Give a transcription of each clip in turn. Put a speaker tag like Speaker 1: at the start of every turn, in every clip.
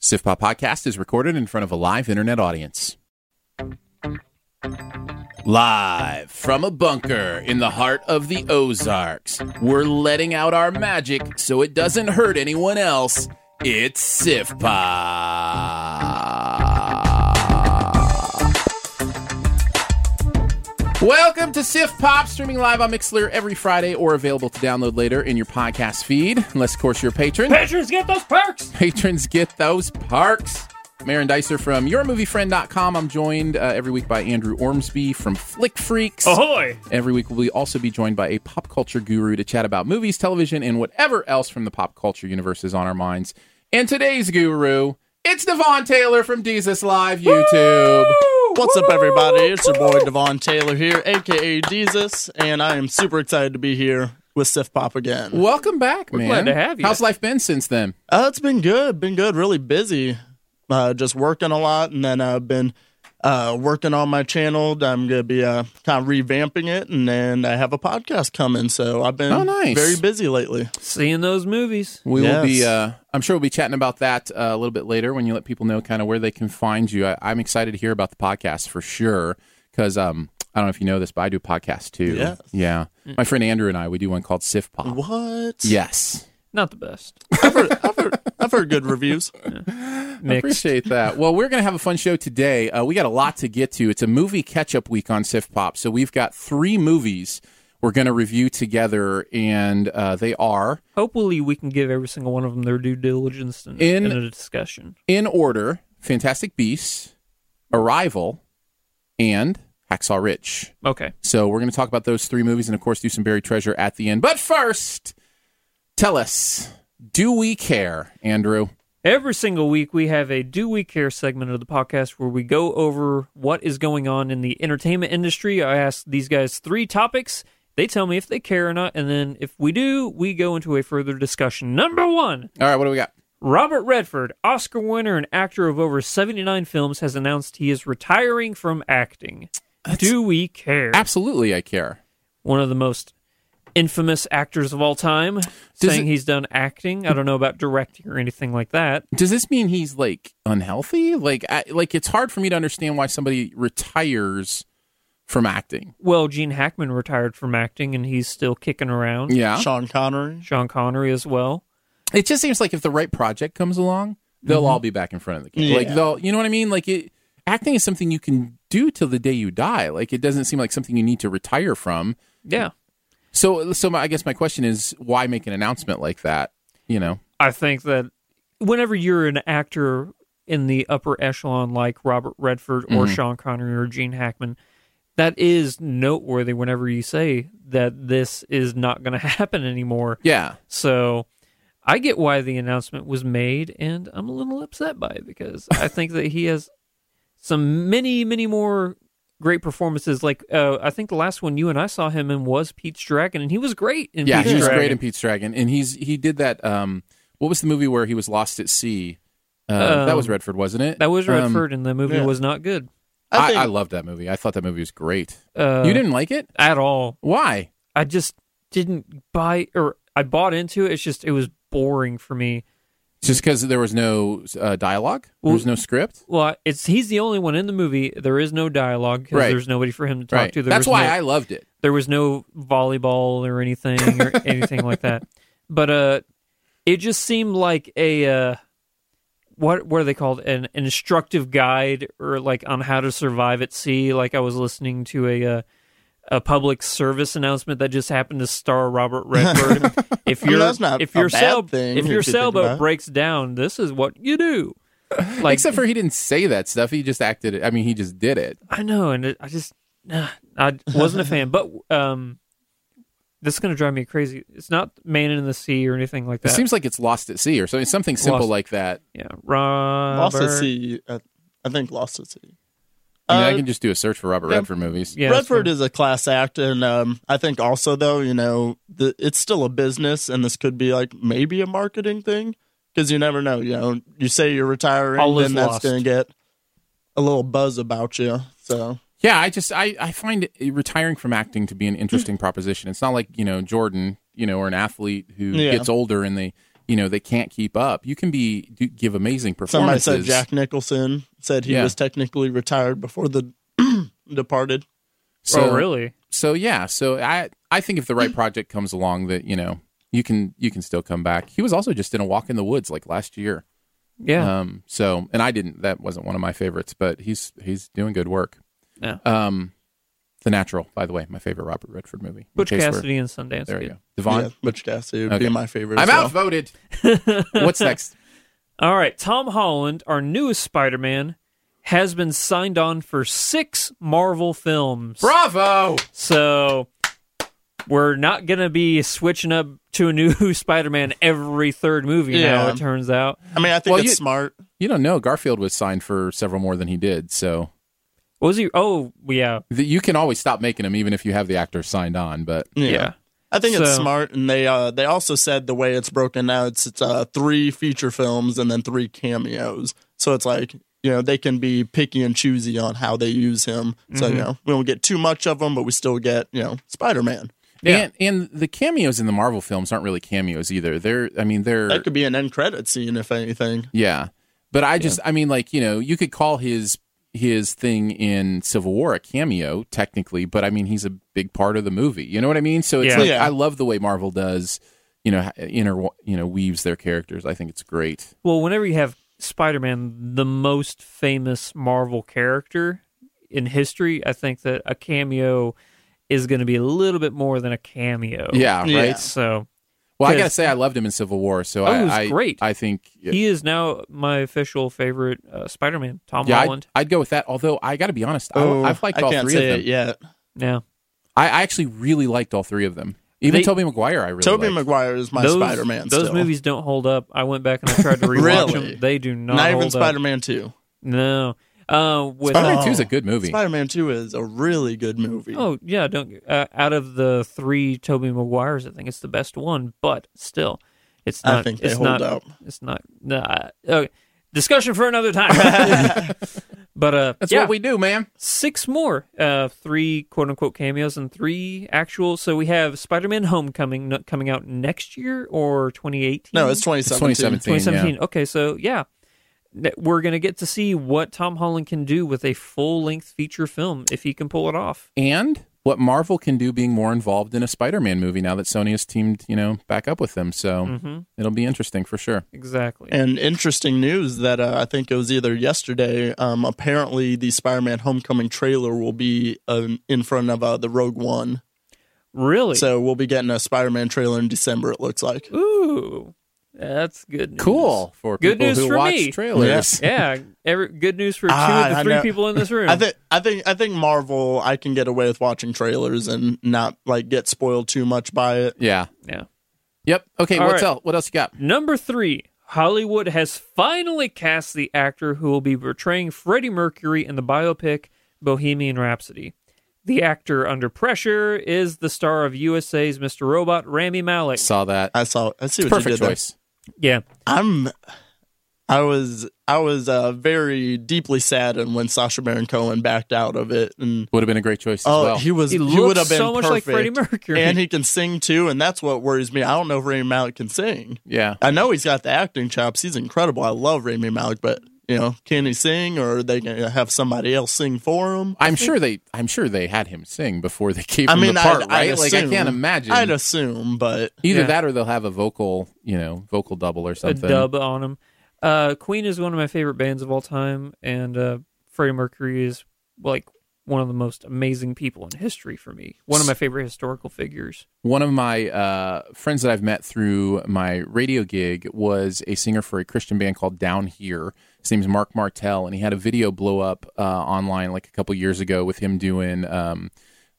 Speaker 1: SIFPA podcast is recorded in front of a live internet audience. Live from a bunker in the heart of the Ozarks, we're letting out our magic so it doesn't hurt anyone else. It's SIFPA. Welcome to Sif Pop, streaming live on Mixler every Friday or available to download later in your podcast feed, unless, of course, you're a patron.
Speaker 2: Patrons get those perks.
Speaker 1: patrons get those parks. Marin Dicer from YourMovieFriend.com. I'm joined uh, every week by Andrew Ormsby from Flick Freaks.
Speaker 2: Ahoy!
Speaker 1: Every week, we'll also be joined by a pop culture guru to chat about movies, television, and whatever else from the pop culture universe is on our minds. And today's guru, it's Devon Taylor from Jesus Live YouTube.
Speaker 3: What's up, everybody? It's your boy Devon Taylor here, aka Jesus, and I am super excited to be here with Sif Pop again.
Speaker 1: Welcome back, man.
Speaker 2: glad to have you.
Speaker 1: How's life been since then?
Speaker 3: Uh, it's been good, been good, really busy, uh, just working a lot, and then I've been uh, working on my channel. I'm gonna be uh, kind of revamping it, and then I have a podcast coming, so I've been
Speaker 1: Oh, nice.
Speaker 3: very busy lately.
Speaker 2: Seeing those movies.
Speaker 1: We will be.
Speaker 3: Yes.
Speaker 1: Uh, I'm sure we'll be chatting about that uh, a little bit later when you let people know kind of where they can find you. I, I'm excited to hear about the podcast for sure because um, I don't know if you know this, but I do a podcast too.
Speaker 3: Yes. Mm.
Speaker 1: Yeah, my friend Andrew and I we do one called Sif Pop.
Speaker 3: What?
Speaker 1: Yes,
Speaker 2: Not the best.
Speaker 3: I've heard, I've heard, I've heard good reviews.
Speaker 2: Mixed.
Speaker 1: appreciate that. Well, we're gonna have a fun show today. Uh, we got a lot to get to. It's a movie catch up week on Sif Pop, so we've got three movies we're gonna review together, and uh, they are
Speaker 2: Hopefully, we can give every single one of them their due diligence in,
Speaker 1: In-
Speaker 2: in, a discussion.
Speaker 1: in order: Fantastic Beasts, Arrival, and Hacksaw Ridge.
Speaker 2: Okay.
Speaker 1: So we're going to talk about those three movies and, of course, do some buried treasure at the end. But first, tell us, do we care, Andrew?
Speaker 2: Every single week, we have a Do We Care segment of the podcast where we go over what is going on in the entertainment industry. I ask these guys three topics. They tell me if they care or not. And then if we do, we go into a further discussion. Number one
Speaker 1: All right, what do we got?
Speaker 2: Robert Redford, Oscar winner and actor of over 79 films, has announced he is retiring from acting. Do we care?
Speaker 1: Absolutely, I care.
Speaker 2: One of the most infamous actors of all time, saying
Speaker 1: it-
Speaker 2: he's done acting. I don't know about directing or anything like that.
Speaker 1: Does this mean he's like unhealthy? Like, I, like it's hard for me to understand why somebody retires from acting.
Speaker 2: Well, Gene Hackman retired from acting and he's still kicking around.
Speaker 1: Yeah,
Speaker 3: Sean Connery.
Speaker 2: Sean Connery as well.
Speaker 1: it just seems like if the right project comes along, they'll
Speaker 2: Mm-hmm.
Speaker 1: all be back in front of the camera. Like
Speaker 3: Yeah.
Speaker 1: they'll, you know what I mean? Like it, acting is something you can do till the day you die. Like it doesn't seem like something you need to retire from.
Speaker 2: Yeah.
Speaker 1: So, so my, I guess my question is, why make an announcement like that? You know,
Speaker 2: I think that whenever you're an actor in the upper echelon like Robert Redford or
Speaker 1: Mm-hmm.
Speaker 2: Sean Connery or Gene Hackman, that is noteworthy whenever you say that this is not going to happen anymore.
Speaker 1: yeah,
Speaker 2: So I get why the announcement was made, and I'm a little upset by it because I think that he has some many, many more great performances. Like uh, I think the last one you and I saw him in was Pete's Dragon, and he was great in
Speaker 1: yeah,
Speaker 2: Pete's
Speaker 1: he was
Speaker 2: Dragon.
Speaker 1: great in Pete's Dragon, and he's he did that. Um, what was the movie where he was lost at sea? Uh, that was Redford, wasn't it?
Speaker 2: That was
Speaker 1: Um,
Speaker 2: Redford, and the movie
Speaker 3: yeah.
Speaker 2: was not good
Speaker 3: I
Speaker 1: I,
Speaker 3: think
Speaker 1: I loved that movie. I thought that movie was great.
Speaker 2: Uh,
Speaker 1: you didn't like it?
Speaker 2: at all.
Speaker 1: Why?
Speaker 2: I just didn't buy, or I bought into it. It's just it was boring for me.
Speaker 1: Just because there was no uh, dialogue, there
Speaker 2: Well-
Speaker 1: was no script.
Speaker 2: Well, it's he's the only one in the movie. There is no dialogue because
Speaker 1: Right.
Speaker 2: there's nobody for him to talk
Speaker 1: right.
Speaker 2: to. There
Speaker 1: That's
Speaker 2: was
Speaker 1: why
Speaker 2: no,
Speaker 1: I loved it.
Speaker 2: there was no volleyball or anything or anything like that. But uh, it just seemed like a uh, what what are they called? An, an instructive guide or like on how to survive at sea. Like I was listening to a. Uh, a public service announcement that just happened to star Robert Redford. if
Speaker 3: Well,
Speaker 2: your
Speaker 3: that's not
Speaker 2: if
Speaker 3: a
Speaker 2: your
Speaker 3: bad
Speaker 2: sail
Speaker 3: thing
Speaker 2: if
Speaker 3: if
Speaker 2: your
Speaker 3: you think about
Speaker 2: sailboat
Speaker 3: it.
Speaker 2: breaks down, this is what you do. Like
Speaker 1: Except for he didn't say that stuff. He just acted it. I mean, he just did it.
Speaker 2: I know, and it, I just nah, I wasn't a fan. But um, this is gonna drive me crazy. It's not Man in the Sea or anything like
Speaker 1: It
Speaker 2: that.
Speaker 1: seems like it's Lost at Sea or something, something simple
Speaker 2: Lost-
Speaker 1: like that.
Speaker 2: yeah, Robert.
Speaker 3: Lost at Sea. uh, I think Lost at Sea.
Speaker 1: I, mean,
Speaker 3: Uh,
Speaker 1: I can just do a search for Robert
Speaker 3: yeah.
Speaker 1: Redford movies.
Speaker 2: Yeah, oh,
Speaker 3: Redford is a class act, and um, I think also though you know the, it's still a business, and this could be like maybe a marketing thing because you never know. You know, you say you're retiring,
Speaker 2: All is
Speaker 3: then that's
Speaker 2: lost.
Speaker 3: going to get a little buzz about you. So
Speaker 1: Yeah, I just I, I find it- retiring from acting to be an interesting proposition. It's not like you know Jordan, you know, or an athlete who
Speaker 3: Yeah.
Speaker 1: gets older and they you know they can't keep up. You can be do, give amazing
Speaker 3: somebody
Speaker 1: performances.
Speaker 3: said Jack Nicholson said he
Speaker 1: Yeah.
Speaker 3: was technically retired before the Departed.
Speaker 1: So
Speaker 2: oh, really?
Speaker 1: So yeah, so I I think if the right project comes along, that you know you can you can still come back. He was also just in a walk in the woods like last year.
Speaker 2: Yeah.
Speaker 1: Um, so, and I didn't. That wasn't one of my favorites, but he's he's doing good work.
Speaker 2: Yeah.
Speaker 1: Um, The Natural, by the way, my favorite Robert Redford movie.
Speaker 2: Butch
Speaker 1: In case we're-
Speaker 2: Cassidy and Sundance.
Speaker 1: There you
Speaker 2: Kid.
Speaker 1: go. Devon.
Speaker 3: Yeah, uh, Butch Cassidy would
Speaker 1: Okay.
Speaker 3: be my favorite.
Speaker 1: I'm
Speaker 3: as well.
Speaker 1: outvoted. What's next?
Speaker 2: All right, Tom Holland, our newest Spider-Man, has been signed on for six Marvel films.
Speaker 1: Bravo.
Speaker 2: So we're not gonna be switching up to a new Spider-Man every third movie now.
Speaker 3: Yeah.
Speaker 2: It turns out.
Speaker 3: I mean, I think
Speaker 1: Well,
Speaker 3: it's
Speaker 1: you-
Speaker 3: smart.
Speaker 1: You don't know. Garfield was signed for several more than he did, so
Speaker 2: What was he? Oh, yeah,
Speaker 1: th- you can always stop making them, even if you have the actor signed on. But
Speaker 3: Yeah.
Speaker 2: yeah.
Speaker 3: I think it's
Speaker 2: So-
Speaker 3: smart, and they uh, they also said the way it's broken out, it's, it's uh, three feature films and then three cameos. So it's like you know they can be picky and choosy on how they use him. So
Speaker 2: Mm-hmm.
Speaker 3: you know we don't get too much of him, but we still get you know Spider Man.
Speaker 1: and and the cameos in the Marvel films aren't really cameos either. They're I mean they're
Speaker 3: That could be an end credit scene if anything.
Speaker 1: Yeah. But I just I mean like, you know, you could call his his thing in Civil War a cameo technically, but I mean he's a big part of the movie. You know what I mean? So it's
Speaker 2: Yeah.
Speaker 1: like
Speaker 3: Yeah.
Speaker 1: I love the way Marvel does, you know, inter you know, weaves their characters. I think it's great.
Speaker 2: Well, whenever you have Spider Man, the most famous Marvel character in history, I think that a cameo is going to be a little bit more than a cameo.
Speaker 1: yeah, right.
Speaker 3: yeah.
Speaker 2: So
Speaker 1: Well, I got to
Speaker 2: Yes.
Speaker 1: say I loved him in Civil War, so
Speaker 2: Oh,
Speaker 1: I
Speaker 2: he was
Speaker 1: I,
Speaker 2: great.
Speaker 1: I think
Speaker 2: he is now my official favorite uh, Spider Man, Tom
Speaker 1: yeah, I'd,
Speaker 2: Holland.
Speaker 1: I'd go with that. Although I got to be honest,
Speaker 2: Oh,
Speaker 1: I, I've liked
Speaker 3: Oh, I
Speaker 1: all
Speaker 3: can't
Speaker 1: three
Speaker 3: say
Speaker 1: of
Speaker 3: it
Speaker 1: them.
Speaker 3: yet.
Speaker 2: yeah.
Speaker 1: I, I actually really liked all three of them. Even
Speaker 2: They-
Speaker 1: Toby Maguire, I really
Speaker 3: Tobey
Speaker 1: liked.
Speaker 3: Maguire is my
Speaker 2: those
Speaker 3: Spider Man.
Speaker 2: those movies don't hold up. I went back and I tried to rewatch
Speaker 3: Really?
Speaker 2: them. They do not.
Speaker 3: not even
Speaker 2: hold up.
Speaker 3: Spider Man Two.
Speaker 2: No. Uh, with
Speaker 1: Spider-Man
Speaker 3: Oh.
Speaker 1: 2 is a good movie.
Speaker 3: Spider Man Two is a really good movie.
Speaker 2: Oh yeah, don't. Uh, out of the three Toby Maguires, I think it's the best one. But still, it's
Speaker 3: I
Speaker 2: not.
Speaker 3: think they
Speaker 2: it's
Speaker 3: hold
Speaker 2: not,
Speaker 3: up.
Speaker 2: It's not. Nah, okay. Discussion for another time. but uh,
Speaker 1: That's
Speaker 2: yeah,
Speaker 1: what we do, man.
Speaker 2: six more. Uh, three quote unquote cameos and three actual. So we have Spider-Man: Homecoming n- coming out next year or 2018.
Speaker 3: No, it's
Speaker 1: It's
Speaker 3: 2017.
Speaker 1: 2017.
Speaker 2: 2017.
Speaker 1: yeah.
Speaker 2: Okay, so yeah. N- We're gonna get to see what Tom Holland can do with a full-length feature film if he can pull it off.
Speaker 1: and what Marvel can do being more involved in a Spider-Man movie now that Sony has teamed, you know, back up with them. So
Speaker 2: Mm-hmm.
Speaker 1: it'll be interesting for sure.
Speaker 2: Exactly.
Speaker 3: And interesting news that uh, I think it was either yesterday. Um, apparently, the Spider-Man Homecoming trailer will be um, in front of uh, the Rogue One,
Speaker 2: Really?
Speaker 3: so we'll be getting a Spider-Man trailer in December. It looks like.
Speaker 2: Ooh, that's good. News.
Speaker 1: for
Speaker 2: Good
Speaker 1: people
Speaker 2: news
Speaker 1: who
Speaker 2: for
Speaker 1: watch
Speaker 2: me.
Speaker 1: trailers.
Speaker 2: Yeah, every, good news for two
Speaker 3: Ah,
Speaker 2: of the
Speaker 3: I
Speaker 2: three
Speaker 3: know.
Speaker 2: people in this room.
Speaker 3: I think I think I think Marvel. I can get away with watching trailers and not like get spoiled too much by it.
Speaker 1: Yeah.
Speaker 2: yeah.
Speaker 1: Yep. Okay.
Speaker 2: All
Speaker 1: what's
Speaker 2: right.
Speaker 1: else? What else you got?
Speaker 2: Number three, Hollywood has finally cast the actor who will be portraying Freddie Mercury in the biopic Bohemian Rhapsody. The actor under pressure is the star of USA's Mr. Robot, Rami Malek.
Speaker 1: Saw that.
Speaker 3: I saw. I see what you
Speaker 1: Perfect
Speaker 3: did there.
Speaker 1: choice.
Speaker 2: Yeah,
Speaker 3: I'm. I was I was uh, very deeply saddened when Sasha Baron Cohen backed out of it, and
Speaker 1: Would have been a great choice as
Speaker 3: oh,
Speaker 1: well.
Speaker 3: he was
Speaker 2: He
Speaker 3: he,
Speaker 2: looks
Speaker 3: would have been
Speaker 2: so much like
Speaker 3: perfect.
Speaker 2: Freddie Mercury.
Speaker 3: and he can sing too, and that's what worries me. I don't know if Rami Malik can sing.
Speaker 1: yeah.
Speaker 3: I know he's got the acting chops; he's incredible. I love Rami Malik, but you know, can he sing, or are they gonna have somebody else sing for him?
Speaker 1: I'm sure they I'm sure they had him sing before they gave
Speaker 3: I
Speaker 1: him
Speaker 3: mean,
Speaker 1: the part,
Speaker 3: I'd,
Speaker 1: right?
Speaker 3: I'd
Speaker 1: like I
Speaker 3: assume-
Speaker 1: can't imagine
Speaker 3: I'd assume, but
Speaker 1: either
Speaker 2: Yeah.
Speaker 1: that or they'll have a vocal, you know, vocal double or
Speaker 2: a
Speaker 1: something.
Speaker 2: dub on him. Uh, Queen is one of my favorite bands of all time, and uh, Freddie Mercury is like one of the most amazing people in history for me. One of my favorite historical figures.
Speaker 1: One of my uh, friends that I've met through my radio gig was a singer for a Christian band called Down Here. His name's Mark Martell, and he had a video blow up uh, online like a couple years ago with him doing um,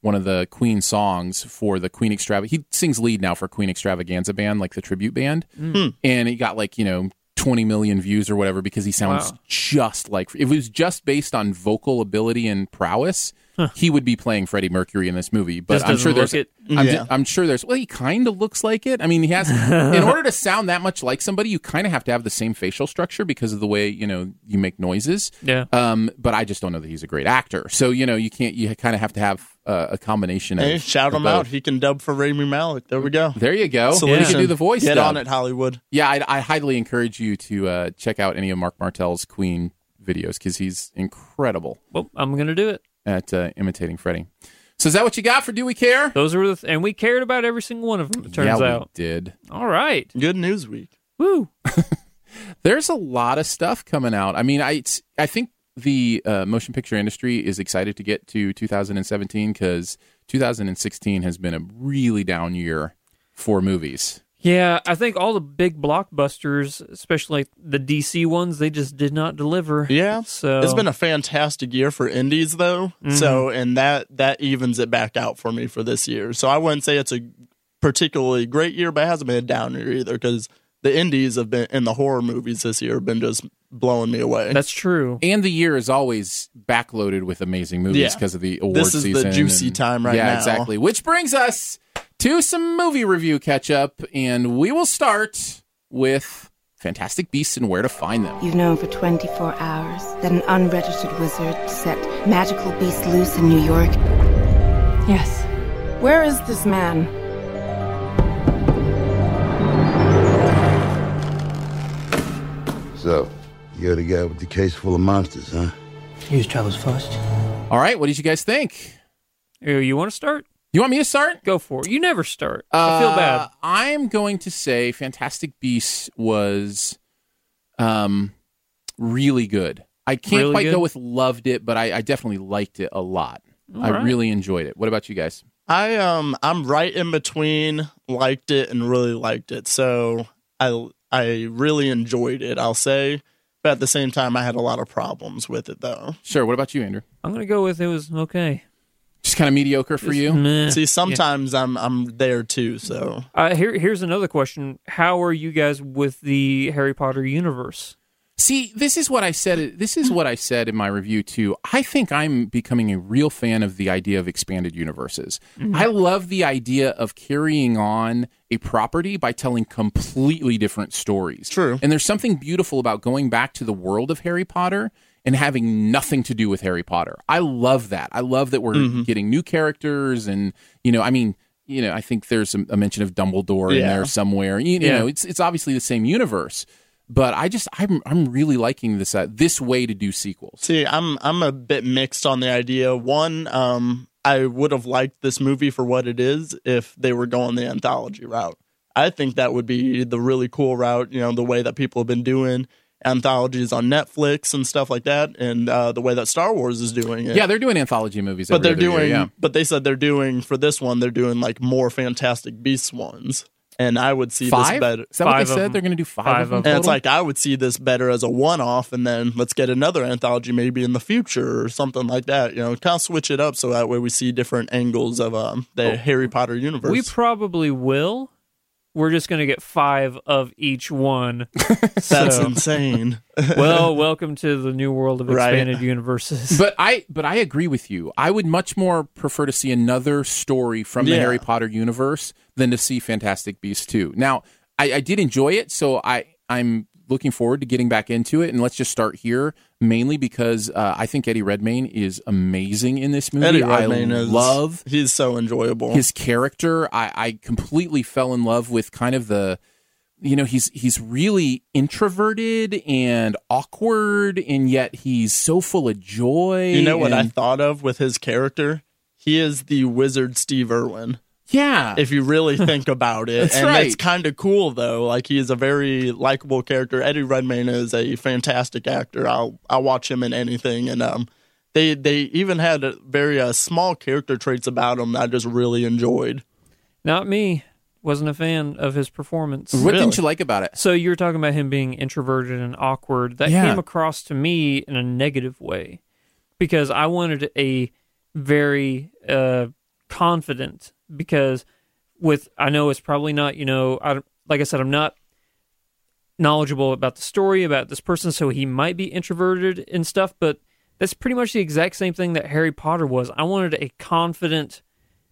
Speaker 1: one of the Queen songs for the Queen Extravaganza. He sings lead now for Queen Extravaganza band, like the tribute band,
Speaker 2: Hmm.
Speaker 1: and he got like you know. 20 million views or whatever because he sounds
Speaker 2: Wow.
Speaker 1: just like if it was just based on vocal ability and prowess he would be playing Freddie Mercury in this movie but
Speaker 2: Just
Speaker 1: I'm
Speaker 2: doesn't
Speaker 1: sure there's
Speaker 2: look it.
Speaker 1: I'm,
Speaker 3: Yeah.
Speaker 1: ju- I'm sure there's. Well, he kind of looks like it. I mean, he has. in order to sound that much like somebody, you kind of have to have the same facial structure because of the way you know you make noises.
Speaker 2: Yeah.
Speaker 1: Um, but I just don't know that he's a great actor. So you know, you can't. You kind of have to have uh, a combination.
Speaker 3: hey,
Speaker 1: of
Speaker 3: shout
Speaker 1: of
Speaker 3: him
Speaker 1: both.
Speaker 3: out. He can dub for Rami Malik. There we go.
Speaker 1: There you go. You
Speaker 3: Solution.
Speaker 1: can do the voice.
Speaker 3: Get
Speaker 1: dub.
Speaker 3: on it, Hollywood.
Speaker 1: Yeah, I, I highly encourage you to uh, check out any of Mark Martel's Queen videos because he's incredible
Speaker 2: Well, I'm gonna do it.
Speaker 1: at uh, imitating Freddie. So is that what you got for Do We Care?
Speaker 2: Those were the th- and we cared about every single one of them. It
Speaker 1: yeah,
Speaker 2: turns
Speaker 1: we
Speaker 2: out.
Speaker 1: did.
Speaker 2: All right.
Speaker 3: Good news week.
Speaker 2: Woo.
Speaker 1: there's a lot of stuff coming out. I mean, I it's- I think the uh, motion picture industry is excited to get to 2017 because 2016 has been a really down year for movies.
Speaker 2: Yeah, I think all the big blockbusters, especially like the DC ones, they just did not deliver.
Speaker 3: Yeah.
Speaker 2: So Mm-hmm.
Speaker 3: It's been a fantastic year for indies though. So and that that evens it back out for me for this year. So I wouldn't say it's a particularly great year, but it hasn't been a down year either cuz the indies have been and the horror movies this year have been just blowing me away.
Speaker 2: that's true.
Speaker 1: And the year is always backloaded with amazing movies
Speaker 3: Yeah.
Speaker 1: because of the award
Speaker 3: This is the
Speaker 1: season
Speaker 3: juicy
Speaker 1: and-
Speaker 3: time right
Speaker 1: Yeah,
Speaker 3: now.
Speaker 1: exactly. Which brings us to some movie review catch up, and we will start with Fantastic Beasts and Where to Find Them.
Speaker 4: You've known for 24 hours that an unregistered wizard set magical beasts loose in New York. Yes. Where is this man?
Speaker 5: So, you're the guy with the case full of monsters, huh?
Speaker 6: News travels fast.
Speaker 1: All right, what did you guys think?
Speaker 2: You- You want to start?
Speaker 1: You want me to start?
Speaker 2: Go for it. You never start. I
Speaker 3: Uh,
Speaker 2: feel bad.
Speaker 1: I am Uh, going to say Fantastic Beasts was um, really good. I can't
Speaker 2: Really
Speaker 1: quite
Speaker 2: good?
Speaker 1: go with loved it, but I, I definitely liked it a lot. I
Speaker 2: right.
Speaker 1: really enjoyed it. What about you guys?
Speaker 3: I um I'm right in between liked it and really liked it. So I I really enjoyed it, I'll say. But at the same time I had a lot of problems with it though.
Speaker 1: Sure. What about you, Andrew?
Speaker 2: I'm gonna go with it was okay.
Speaker 1: Just kind of mediocre for you.
Speaker 2: Meh.
Speaker 3: See, sometimes I'm I'm there too, so
Speaker 2: Uh, here, here's another question: How are you guys with the Harry Potter universe?
Speaker 1: See, this is what I said. This is what I said in my review too. I think I'm becoming a real fan of the idea of expanded universes.
Speaker 3: Mm-hmm.
Speaker 1: I love the idea of carrying on a property by telling completely different stories.
Speaker 3: True.
Speaker 1: And there's something beautiful about going back to the world of Harry Potter and having nothing to do with Harry Potter. I love that. I love that we're
Speaker 3: Mm-hmm.
Speaker 1: getting new characters and you know, I mean, you know, I think there's a, a mention of Dumbledore in
Speaker 3: Yeah.
Speaker 1: there somewhere. You, you
Speaker 2: Yeah.
Speaker 1: know, it's it's obviously the same universe, but I just I'm I'm really liking this uh, this way to do sequels.
Speaker 3: See, I'm I'm a bit mixed on the idea. One, um, I would have liked this movie for what it is if they were going the anthology route. I think that would be the really cool route. You know, the way that people have been doing anthologies on Netflix and stuff like that, and uh, the way that Star Wars is doing it.
Speaker 1: Yeah, they're doing anthology movies,
Speaker 3: but they're
Speaker 1: every other
Speaker 3: doing.
Speaker 1: year, yeah.
Speaker 3: But they said they're doing for this one. They're doing like more Fantastic Beasts ones, and I would see
Speaker 1: five.
Speaker 3: this better.
Speaker 1: Is that what they
Speaker 2: Five of
Speaker 1: said?
Speaker 2: them.
Speaker 1: They're going to do five,
Speaker 2: Five
Speaker 1: of them.
Speaker 2: of
Speaker 3: And it's
Speaker 1: total?
Speaker 3: like I would see this better as a one-off, and then let's get another anthology maybe in the future or something like that. You know, kind of switch it up so that way we see different angles of um,
Speaker 1: Oh.
Speaker 3: the Harry Potter universe.
Speaker 2: We probably will. We're just gonna get five of each one.
Speaker 3: That's
Speaker 2: so,
Speaker 3: insane.
Speaker 2: well, welcome to the new world of
Speaker 3: Right.
Speaker 2: expanded universes.
Speaker 1: But I but I agree with you. I would much more prefer to see another story from the
Speaker 3: Yeah.
Speaker 1: Harry Potter universe than to see Fantastic Beasts 2. Now, I, I did enjoy it, so I I'm looking forward to getting back into it. And let's just start here, mainly because uh, I think Eddie Redmayne is amazing in this movie.
Speaker 3: Eddie
Speaker 1: I
Speaker 3: Redmayne is
Speaker 1: love
Speaker 3: He's so enjoyable.
Speaker 1: his character. I, I completely fell in love with kind of the, you know, he's he's really introverted and awkward, and yet he's so full of joy.
Speaker 3: you know what I
Speaker 1: and-
Speaker 3: thought of with his character? He is the wizard Steve Irwin.
Speaker 1: Yeah,
Speaker 3: If you really think about it,
Speaker 1: That's
Speaker 3: and
Speaker 1: right.
Speaker 3: it's kind of cool though. Like he is a very likable character. Eddie Redmayne is a fantastic actor. I'll I'll watch him in anything. And um, they they even had uh, very uh, small character traits about him that I just really enjoyed.
Speaker 2: Not me. Wasn't a fan of his performance.
Speaker 1: what
Speaker 3: Really?
Speaker 1: didn't you like about it?
Speaker 2: So you were talking about him being introverted and awkward. That
Speaker 1: Yeah.
Speaker 2: came across to me in a negative way because I wanted a very uh, confident because with I know it's probably not you know I don't- like I said I'm not knowledgeable about the story about this person so he might be introverted and stuff but that's pretty much the exact same thing that Harry Potter was. I wanted a confident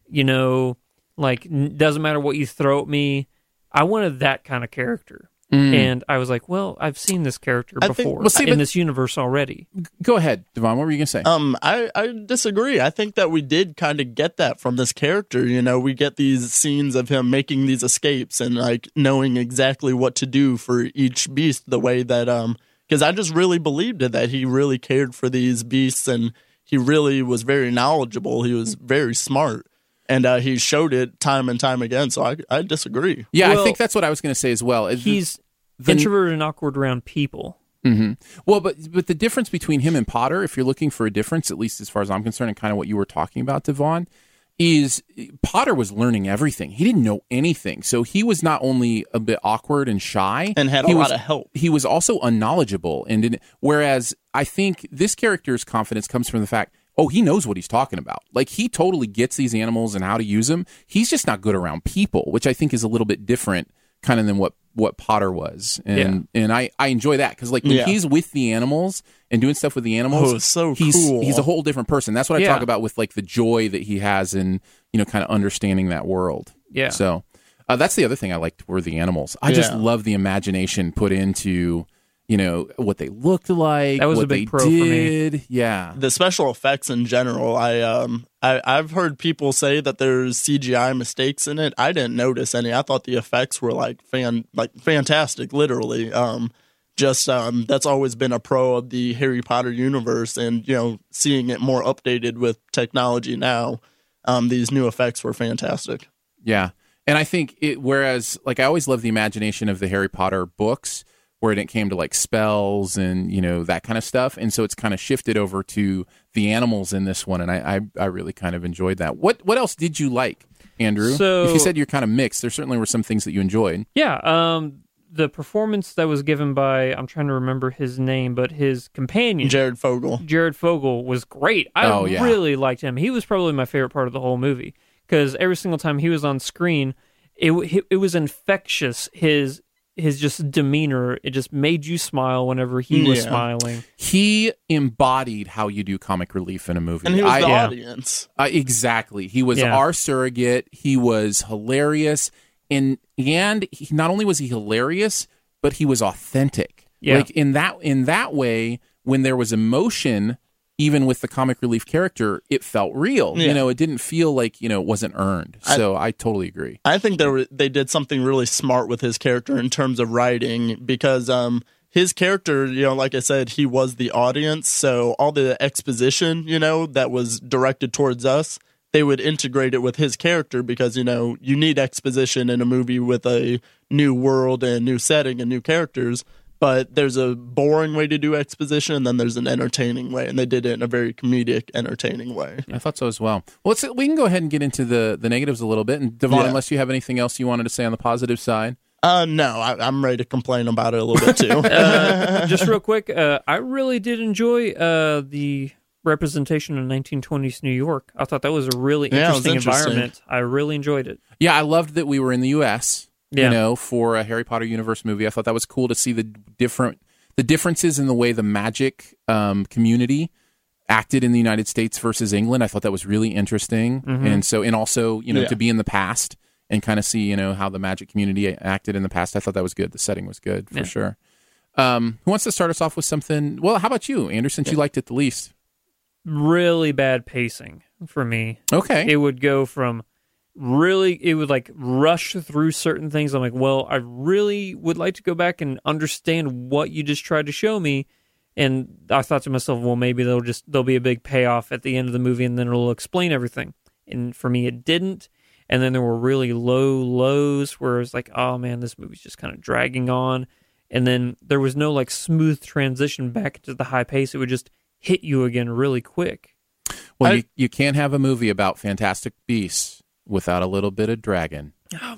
Speaker 2: you know, like n- doesn't matter what you throw at me. I wanted that kind of character, and I was like, well, I've seen this character
Speaker 3: I think-
Speaker 2: before
Speaker 1: well, see,
Speaker 2: in
Speaker 1: but- Mhm.
Speaker 2: this universe already.
Speaker 1: Go ahead, Devon. What were you gonna say?
Speaker 3: Um, I, I disagree. I think that we did kind of get that from this character. You know, we get these scenes of him making these escapes and like knowing exactly what to do for each beast the way that, um, because I just really believed it that he really cared for these beasts and he really was very knowledgeable. He was very smart and uh, he showed it time and time again. So I, I disagree.
Speaker 1: yeah, I
Speaker 2: well,
Speaker 1: think that's what I was gonna say as well. Is-
Speaker 2: He's
Speaker 1: the-
Speaker 2: introverted and awkward around people.
Speaker 1: Well, but but the difference between him and Potter, if you're looking for a difference, at least as far as I'm concerned, and kind of what you were talking about, Devon, is Potter was learning everything. He didn't know anything, so he was not only a bit awkward and shy,
Speaker 3: And had a
Speaker 1: he
Speaker 3: lot
Speaker 1: was-
Speaker 3: of help.
Speaker 1: He was also unknowledgeable, and didn't, whereas I think this character's confidence comes from the fact. Oh, he knows what he's talking about. Like he totally gets these animals and how to use them. He's just not good around people, which I think is a little bit different, kind of than what what Potter was. And and I I enjoy that because like when
Speaker 3: Yeah.
Speaker 1: he's with the animals and doing stuff with the animals.
Speaker 3: Oh, so
Speaker 1: he's,
Speaker 3: cool.
Speaker 1: He's a whole different person. That's what I
Speaker 2: Yeah.
Speaker 1: talk about with like the joy that he has in you know kind of understanding that world.
Speaker 2: Yeah.
Speaker 1: So uh, that's the other thing I liked were the animals. I just
Speaker 3: Yeah.
Speaker 1: love the imagination put into you know what they looked like.
Speaker 2: That was a
Speaker 1: what
Speaker 2: big
Speaker 1: they
Speaker 2: pro for me.
Speaker 1: did. Yeah.
Speaker 3: the special effects in general i um I, i've heard people say that there's cgi mistakes in it i didn't notice any i thought the effects were like fan like fantastic literally um just um that's always been a pro of the harry potter universe and you know seeing it more updated with technology now um these new effects were fantastic
Speaker 1: Yeah. And I think it, whereas, like, I always love the imagination of the Harry Potter books, where it came to like spells and, you know, that kind of stuff. And so it's kind of shifted over to the animals in this one. And I, I, I really kind of enjoyed that. What, what else did you like, Andrew?
Speaker 2: So-
Speaker 1: if you said you're kind of mixed, there certainly were some things that you enjoyed.
Speaker 2: Yeah. Um, the performance that was given by I'm trying to remember his name, but his companion
Speaker 3: jared Fogle.
Speaker 2: Jared Fogle was great. I
Speaker 1: Oh, yeah.
Speaker 2: really liked him. He was probably my favorite part of the whole movie because every single time he was on screen, it w- he- it was infectious. His his just demeanor it just made you smile whenever he was
Speaker 3: Yeah.
Speaker 2: smiling.
Speaker 1: He embodied how you do comic relief in a movie.
Speaker 3: and he was
Speaker 1: I-
Speaker 3: the
Speaker 2: yeah.
Speaker 3: audience
Speaker 1: Uh, exactly. He was
Speaker 2: Yeah.
Speaker 1: our surrogate. He was hilarious, and and he, not only was he hilarious, but he was authentic.
Speaker 2: Yeah.
Speaker 1: Like in that in that way, when there was emotion, even with the comic relief character, it felt real. You
Speaker 3: Yeah.
Speaker 1: know, it didn't feel like you know it wasn't earned. So I totally agree.
Speaker 3: I think they were they did something really smart with his character in terms of writing because um his character, you know, like I said, he was the audience, so all the exposition, you know, that was directed towards us, they would integrate it with his character because, you know, you need exposition in a movie with a new world and new setting and new characters, but there's a boring way to do exposition and then there's an entertaining way, and they did it in a very comedic, entertaining way.
Speaker 1: I thought so as well. Well, let's, we can go ahead and get into the the negatives a little bit. And Devon,
Speaker 3: Yeah.
Speaker 1: unless you have anything else you wanted to say on the positive side,
Speaker 3: Uh no, I, I'm ready to complain about it a little bit too.
Speaker 2: Uh, just real quick, uh, I really did enjoy uh, the representation of 1920s New York. I thought that was a really
Speaker 3: Yeah, it was
Speaker 2: interesting,
Speaker 3: interesting.
Speaker 2: environment. I really enjoyed it.
Speaker 1: Yeah, I loved that we were in the U.S. You
Speaker 2: Yeah.
Speaker 1: know, for a Harry Potter universe movie, I thought that was cool to see the different the differences in the way the magic um, community acted in the United States versus England. I thought that was really interesting, and so and also you know
Speaker 3: Yeah.
Speaker 1: to be in the past and kind of see you know how the magic community acted in the past. I thought that was good. The setting was good for sure. Um, who wants to start us off with something? Well, how about you, Anderson? You liked it the least.
Speaker 2: Really bad pacing for me.
Speaker 1: Okay.
Speaker 2: It would go from really, it would like rush through certain things. I'm like, well, I really would like to go back and understand what you just tried to show me. And I thought to myself, well, maybe they'll just, there'll be a big payoff at the end of the movie and then it'll explain everything. And for me, it didn't. And then there were really low lows where it was like, oh man, this movie's just kind of dragging on. And then there was no like smooth transition back to the high pace. It would just hit you again really quick.
Speaker 1: Well,
Speaker 3: I-
Speaker 1: you, you can't have a movie about fantastic beasts without a little bit of dragon. Oh,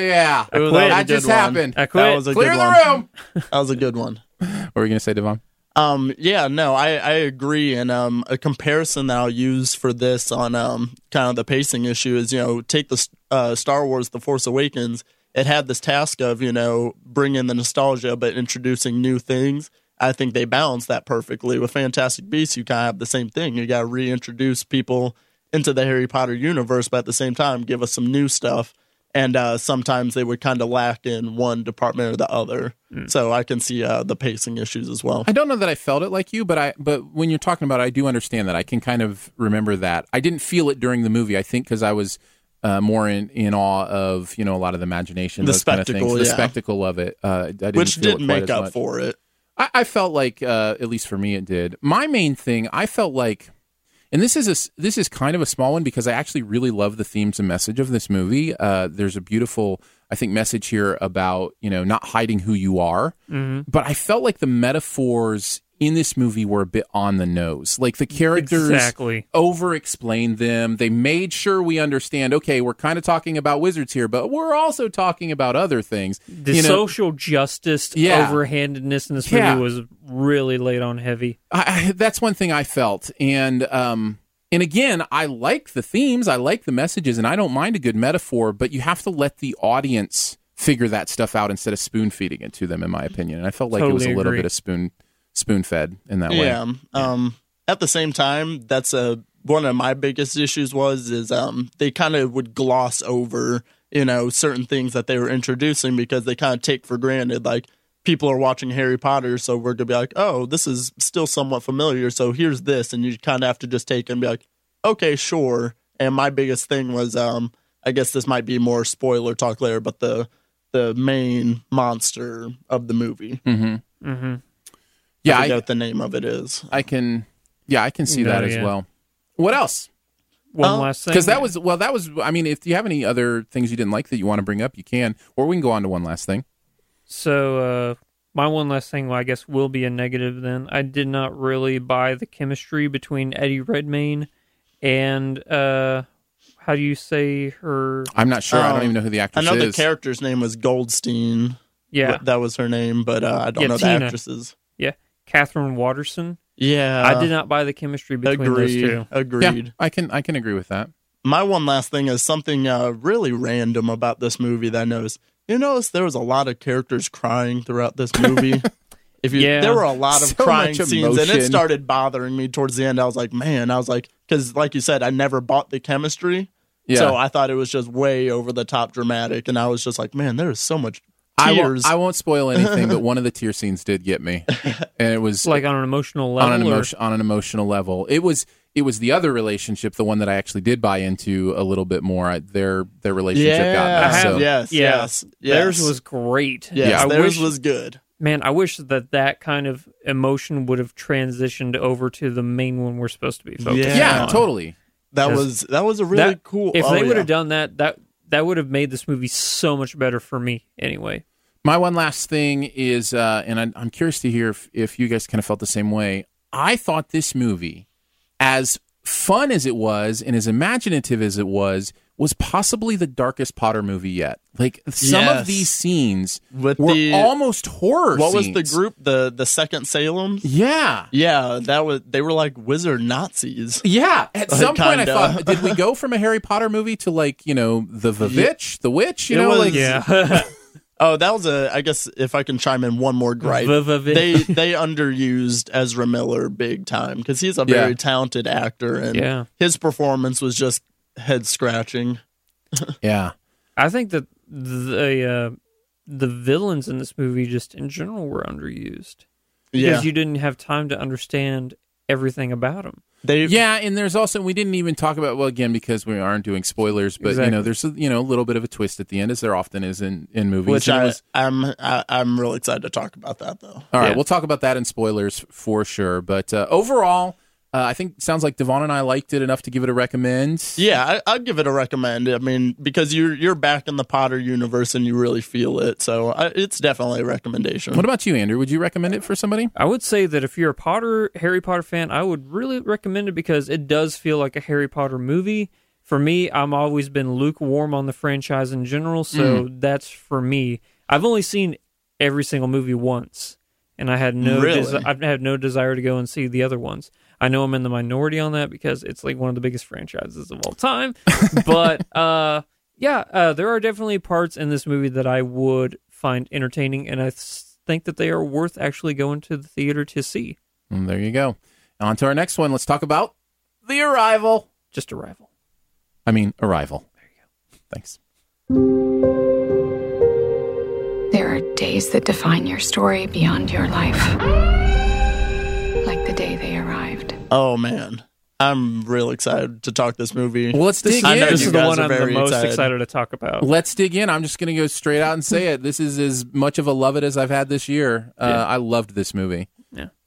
Speaker 1: yeah.
Speaker 3: Ooh, that was a
Speaker 1: that
Speaker 3: good
Speaker 1: just
Speaker 3: one.
Speaker 1: happened.
Speaker 2: I
Speaker 3: That
Speaker 2: quit.
Speaker 3: was a
Speaker 1: Clear
Speaker 3: good
Speaker 1: the
Speaker 3: one.
Speaker 1: room.
Speaker 3: That was a good one.
Speaker 1: What were you going to say, Devon?
Speaker 3: Um, yeah, no, I, I agree. And um, a comparison that I'll use for this on um, kind of the pacing issue is, you know, take the uh, Star Wars The Force Awakens. It had this task of, you know, bringing the nostalgia but introducing new things. I think they balance that perfectly. With Fantastic Beasts, you kind of have the same thing. You got to reintroduce people into the Harry Potter universe, but at the same time, give us some new stuff. And uh, sometimes they would kind of lack in one department or the other. So I can see uh, the pacing issues as well.
Speaker 1: I don't know that I felt it like you, but I but when you're talking about, it, I do understand that. I can kind of remember that. I didn't feel it during the movie. I think because I was uh, more in, in awe of you know a lot of the imagination,
Speaker 3: The
Speaker 1: those kind of things,
Speaker 3: spectacle,
Speaker 1: the
Speaker 3: yeah.
Speaker 1: spectacle of it, uh, I didn't
Speaker 3: which
Speaker 1: feel
Speaker 3: didn't
Speaker 1: it quite
Speaker 3: make
Speaker 1: as
Speaker 3: up
Speaker 1: much.
Speaker 3: for it.
Speaker 1: I, I felt like, uh, at least for me, it did. My main thing, I felt like, and this is a s- this is kind of a small one because I actually really love the themes and message of this movie. Uh, there's a beautiful, I think, message here about you know not hiding who you are, but I felt like the metaphors in this movie were a bit on the nose. Like the characters
Speaker 2: Exactly.
Speaker 1: over explained them. They made sure we understand. Okay, we're kind of talking about wizards here, but we're also talking about other things.
Speaker 2: The
Speaker 1: you know,
Speaker 2: social justice
Speaker 1: Yeah.
Speaker 2: overhandedness in this
Speaker 1: Yeah.
Speaker 2: movie was really laid on heavy.
Speaker 1: I, I- that's one thing I felt, and um, and again, I like the themes, I like the messages, and I don't mind a good metaphor, but you have to let the audience figure that stuff out instead of spoon feeding it to them, in my opinion. And I felt like it was a
Speaker 2: Mm-hmm. Totally
Speaker 1: little
Speaker 2: agree.
Speaker 1: bit of spoon spoon fed in that way.
Speaker 3: Yeah. Um. At the same time, that's a one of my biggest issues was is um they kind of would gloss over you know certain things that they were introducing because they kind of take for granted like people are watching Harry Potter, so we're gonna be like, oh, this is still somewhat familiar, so here's this, and you kind of have to just take it and be like, okay, sure. And my biggest thing was um I guess this might be more spoiler talk later, but the the main monster of the movie.
Speaker 1: yeah,
Speaker 3: I forget
Speaker 1: I,
Speaker 3: what the name of it is.
Speaker 1: I can, yeah, I can see
Speaker 2: No,
Speaker 1: that as
Speaker 2: yeah.
Speaker 1: well. What else?
Speaker 2: One
Speaker 3: Oh,
Speaker 2: last thing.
Speaker 1: Because that was well, that was. I mean, if you have any other things you didn't like that you want to bring up, you can, or we can go on to one last thing.
Speaker 2: So, uh, my one last thing, well, I guess, will be a negative then. I did not really buy the chemistry between Eddie Redmayne and, uh, how do you say her?
Speaker 1: I'm not sure. I
Speaker 2: Oh,
Speaker 1: don't
Speaker 3: Um,
Speaker 1: even know who the
Speaker 3: I
Speaker 1: actress
Speaker 3: know the
Speaker 1: is.
Speaker 3: character's name was Goldstein.
Speaker 2: Yeah.
Speaker 3: Wh- that was her name, but uh, I don't
Speaker 2: Yeah,
Speaker 3: know
Speaker 2: Tina.
Speaker 3: the actresses.
Speaker 2: yeah. Catherine Watterson.
Speaker 3: Yeah,
Speaker 2: I did not buy the chemistry between those
Speaker 3: Uh, Agreed.
Speaker 2: two.
Speaker 3: Agreed.
Speaker 1: Yeah, I can, I can agree with that.
Speaker 3: My one last thing is something uh, really random about this movie that I noticed. You notice there was a lot of characters crying throughout this movie. if you,
Speaker 2: Yeah.
Speaker 3: there were a lot of
Speaker 1: So
Speaker 3: crying
Speaker 1: much
Speaker 3: scenes, and
Speaker 1: emotion.
Speaker 3: it started bothering me towards the end. I was like, man, I was like, because like you said, I never bought the chemistry.
Speaker 1: Yeah.
Speaker 3: So I thought it was just way over the top dramatic, and I was just like, man, there is so much
Speaker 1: I
Speaker 3: tears.
Speaker 1: won't, I won't spoil anything, but one of the tear scenes did get me, and it was
Speaker 2: Like on an emotional level.
Speaker 1: on an
Speaker 2: or-
Speaker 1: emotion on an emotional level. It was it was the other relationship, the one that I actually did buy into a little bit more. I, their their relationship
Speaker 3: Yeah.
Speaker 1: got
Speaker 2: I
Speaker 1: me.
Speaker 2: have-
Speaker 1: So
Speaker 3: Yes,
Speaker 2: yeah.
Speaker 3: yes, yes.
Speaker 2: Theirs was great.
Speaker 3: Yes,
Speaker 1: Yeah.
Speaker 2: I
Speaker 3: theirs
Speaker 2: wish-
Speaker 3: was good.
Speaker 2: man, I wish that that kind of emotion would have transitioned over to the main one we're supposed to be focused.
Speaker 3: Yeah.
Speaker 1: yeah, totally.
Speaker 3: That
Speaker 2: 'Cause
Speaker 3: was that was a really
Speaker 2: That-
Speaker 3: cool.
Speaker 2: If
Speaker 3: oh,
Speaker 2: they would
Speaker 3: yeah.
Speaker 2: have done that, that that would have made this movie so much better for me. Anyway,
Speaker 1: My one last thing is, uh, and I'm, I'm curious to hear if, if you guys kind of felt the same way. I thought this movie, as fun as it was and as imaginative as it was, was possibly the darkest Potter movie yet. Like some of
Speaker 3: Yes.
Speaker 1: these scenes
Speaker 3: With
Speaker 1: were
Speaker 3: the-
Speaker 1: almost horror.
Speaker 3: what was the
Speaker 1: scenes.
Speaker 3: group the the second Salem?
Speaker 1: Yeah.
Speaker 3: Yeah, that was they were like wizard Nazis.
Speaker 1: Yeah. At some point, I
Speaker 3: kinda.
Speaker 1: thought, did we go from a Harry Potter movie to like you know the the witch, the witch? You
Speaker 3: It
Speaker 1: know,
Speaker 3: was-
Speaker 1: like
Speaker 2: yeah,
Speaker 3: Oh, that was a. I guess if I can chime in one more gripe,
Speaker 2: V-v-v-
Speaker 3: they they underused Ezra Miller big time because he's a very
Speaker 1: Yeah.
Speaker 3: talented actor and
Speaker 2: Yeah.
Speaker 3: his performance was just head scratching.
Speaker 1: yeah,
Speaker 2: I think that the uh, the villains in this movie just in general were underused
Speaker 3: Yeah,
Speaker 2: because you didn't have time to understand everything about them.
Speaker 3: they
Speaker 1: Yeah, and there's also we didn't even talk about well again because we aren't doing spoilers, but you know
Speaker 2: Exactly.
Speaker 1: there's a, you know a little bit of a twist at the end as there often is in in movies.
Speaker 3: which
Speaker 1: And it
Speaker 3: I,
Speaker 1: was-
Speaker 3: I'm I, I'm real excited to talk about that though.
Speaker 1: all right,
Speaker 2: yeah.
Speaker 1: we'll talk about that in spoilers for sure. But uh, overall, uh, I think sounds like Devon and I liked it enough to give it a recommend.
Speaker 3: Yeah, I, I'd give it a recommend. I mean, because you're you're back in the Potter universe and you really feel it, so I, it's definitely a recommendation.
Speaker 1: What about you, Andrew? Would you recommend it for somebody?
Speaker 2: I would say that if you're a Potter Harry Potter fan, I would really recommend it because it does feel like a Harry Potter movie. For me, I'm always been lukewarm on the franchise in general, so that's for me. I've only seen every single movie once, and I had no
Speaker 3: Really?
Speaker 2: desi- I've had no desire to go and see the other ones. I know I'm in the minority on that because it's like one of the biggest franchises of all time, but uh, yeah, uh, there are definitely parts in this movie that I would find entertaining, and I s- think that they are worth actually going to the theater to see.
Speaker 1: Mm, there you go. On to our next one. Let's talk about the arrival.
Speaker 2: Just Arrival.
Speaker 1: I mean, arrival. There you go. Thanks.
Speaker 7: There are days that define your story beyond your life. Like the day they arrived.
Speaker 3: Oh man, I'm real excited to talk this movie.
Speaker 1: Well, let's dig
Speaker 3: I know
Speaker 1: in.
Speaker 3: you
Speaker 2: This is the
Speaker 3: guys
Speaker 2: one
Speaker 3: are
Speaker 2: I'm the
Speaker 3: very
Speaker 2: most
Speaker 3: excited.
Speaker 2: excited. to talk about.
Speaker 1: Let's dig in. I'm just going to go straight out and say it. This is as much of a love it as I've had this year. Uh, I loved this movie.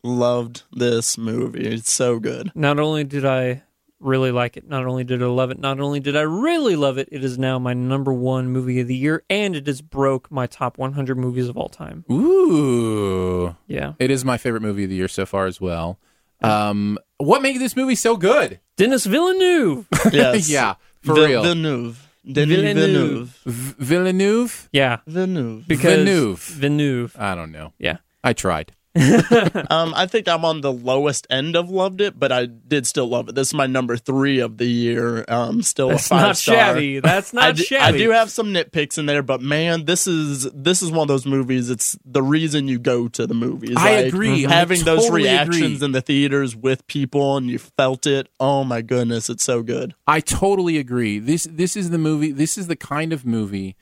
Speaker 3: Loved this movie. It's so good.
Speaker 2: Not only did I really like it, not only did I love it, not only did I really love it, it is now my number one movie of the year, and it has broke my top 100 movies of all time.
Speaker 1: Ooh.
Speaker 2: Yeah.
Speaker 1: It is my favorite movie of the year so far as well. Um, what made this movie so good?
Speaker 2: Dennis Villeneuve.
Speaker 3: Yes.
Speaker 1: yeah, for
Speaker 3: Vil-
Speaker 1: real.
Speaker 3: Villeneuve. Denis
Speaker 2: Villeneuve.
Speaker 3: Villeneuve.
Speaker 1: V- Villeneuve?
Speaker 2: yeah.
Speaker 3: Villeneuve.
Speaker 2: Because
Speaker 1: Villeneuve.
Speaker 2: Villeneuve.
Speaker 1: I don't know.
Speaker 2: Yeah.
Speaker 1: I tried.
Speaker 3: Um, I think I'm on the lowest end of loved it, but I did still love it. This is my number three of the year. Um, still
Speaker 2: That's
Speaker 3: a five
Speaker 2: not
Speaker 3: star.
Speaker 2: shabby. That's not
Speaker 3: I do,
Speaker 2: shabby.
Speaker 3: I do have some nitpicks in there, but man, this is this is one of those movies. It's the reason you go to the movies.
Speaker 1: I agree. I
Speaker 3: Having those
Speaker 1: totally
Speaker 3: reactions
Speaker 1: agree.
Speaker 3: in the theaters with people and you felt it. Oh my goodness, it's so good.
Speaker 1: I totally agree. This this is the movie. This is the kind of movie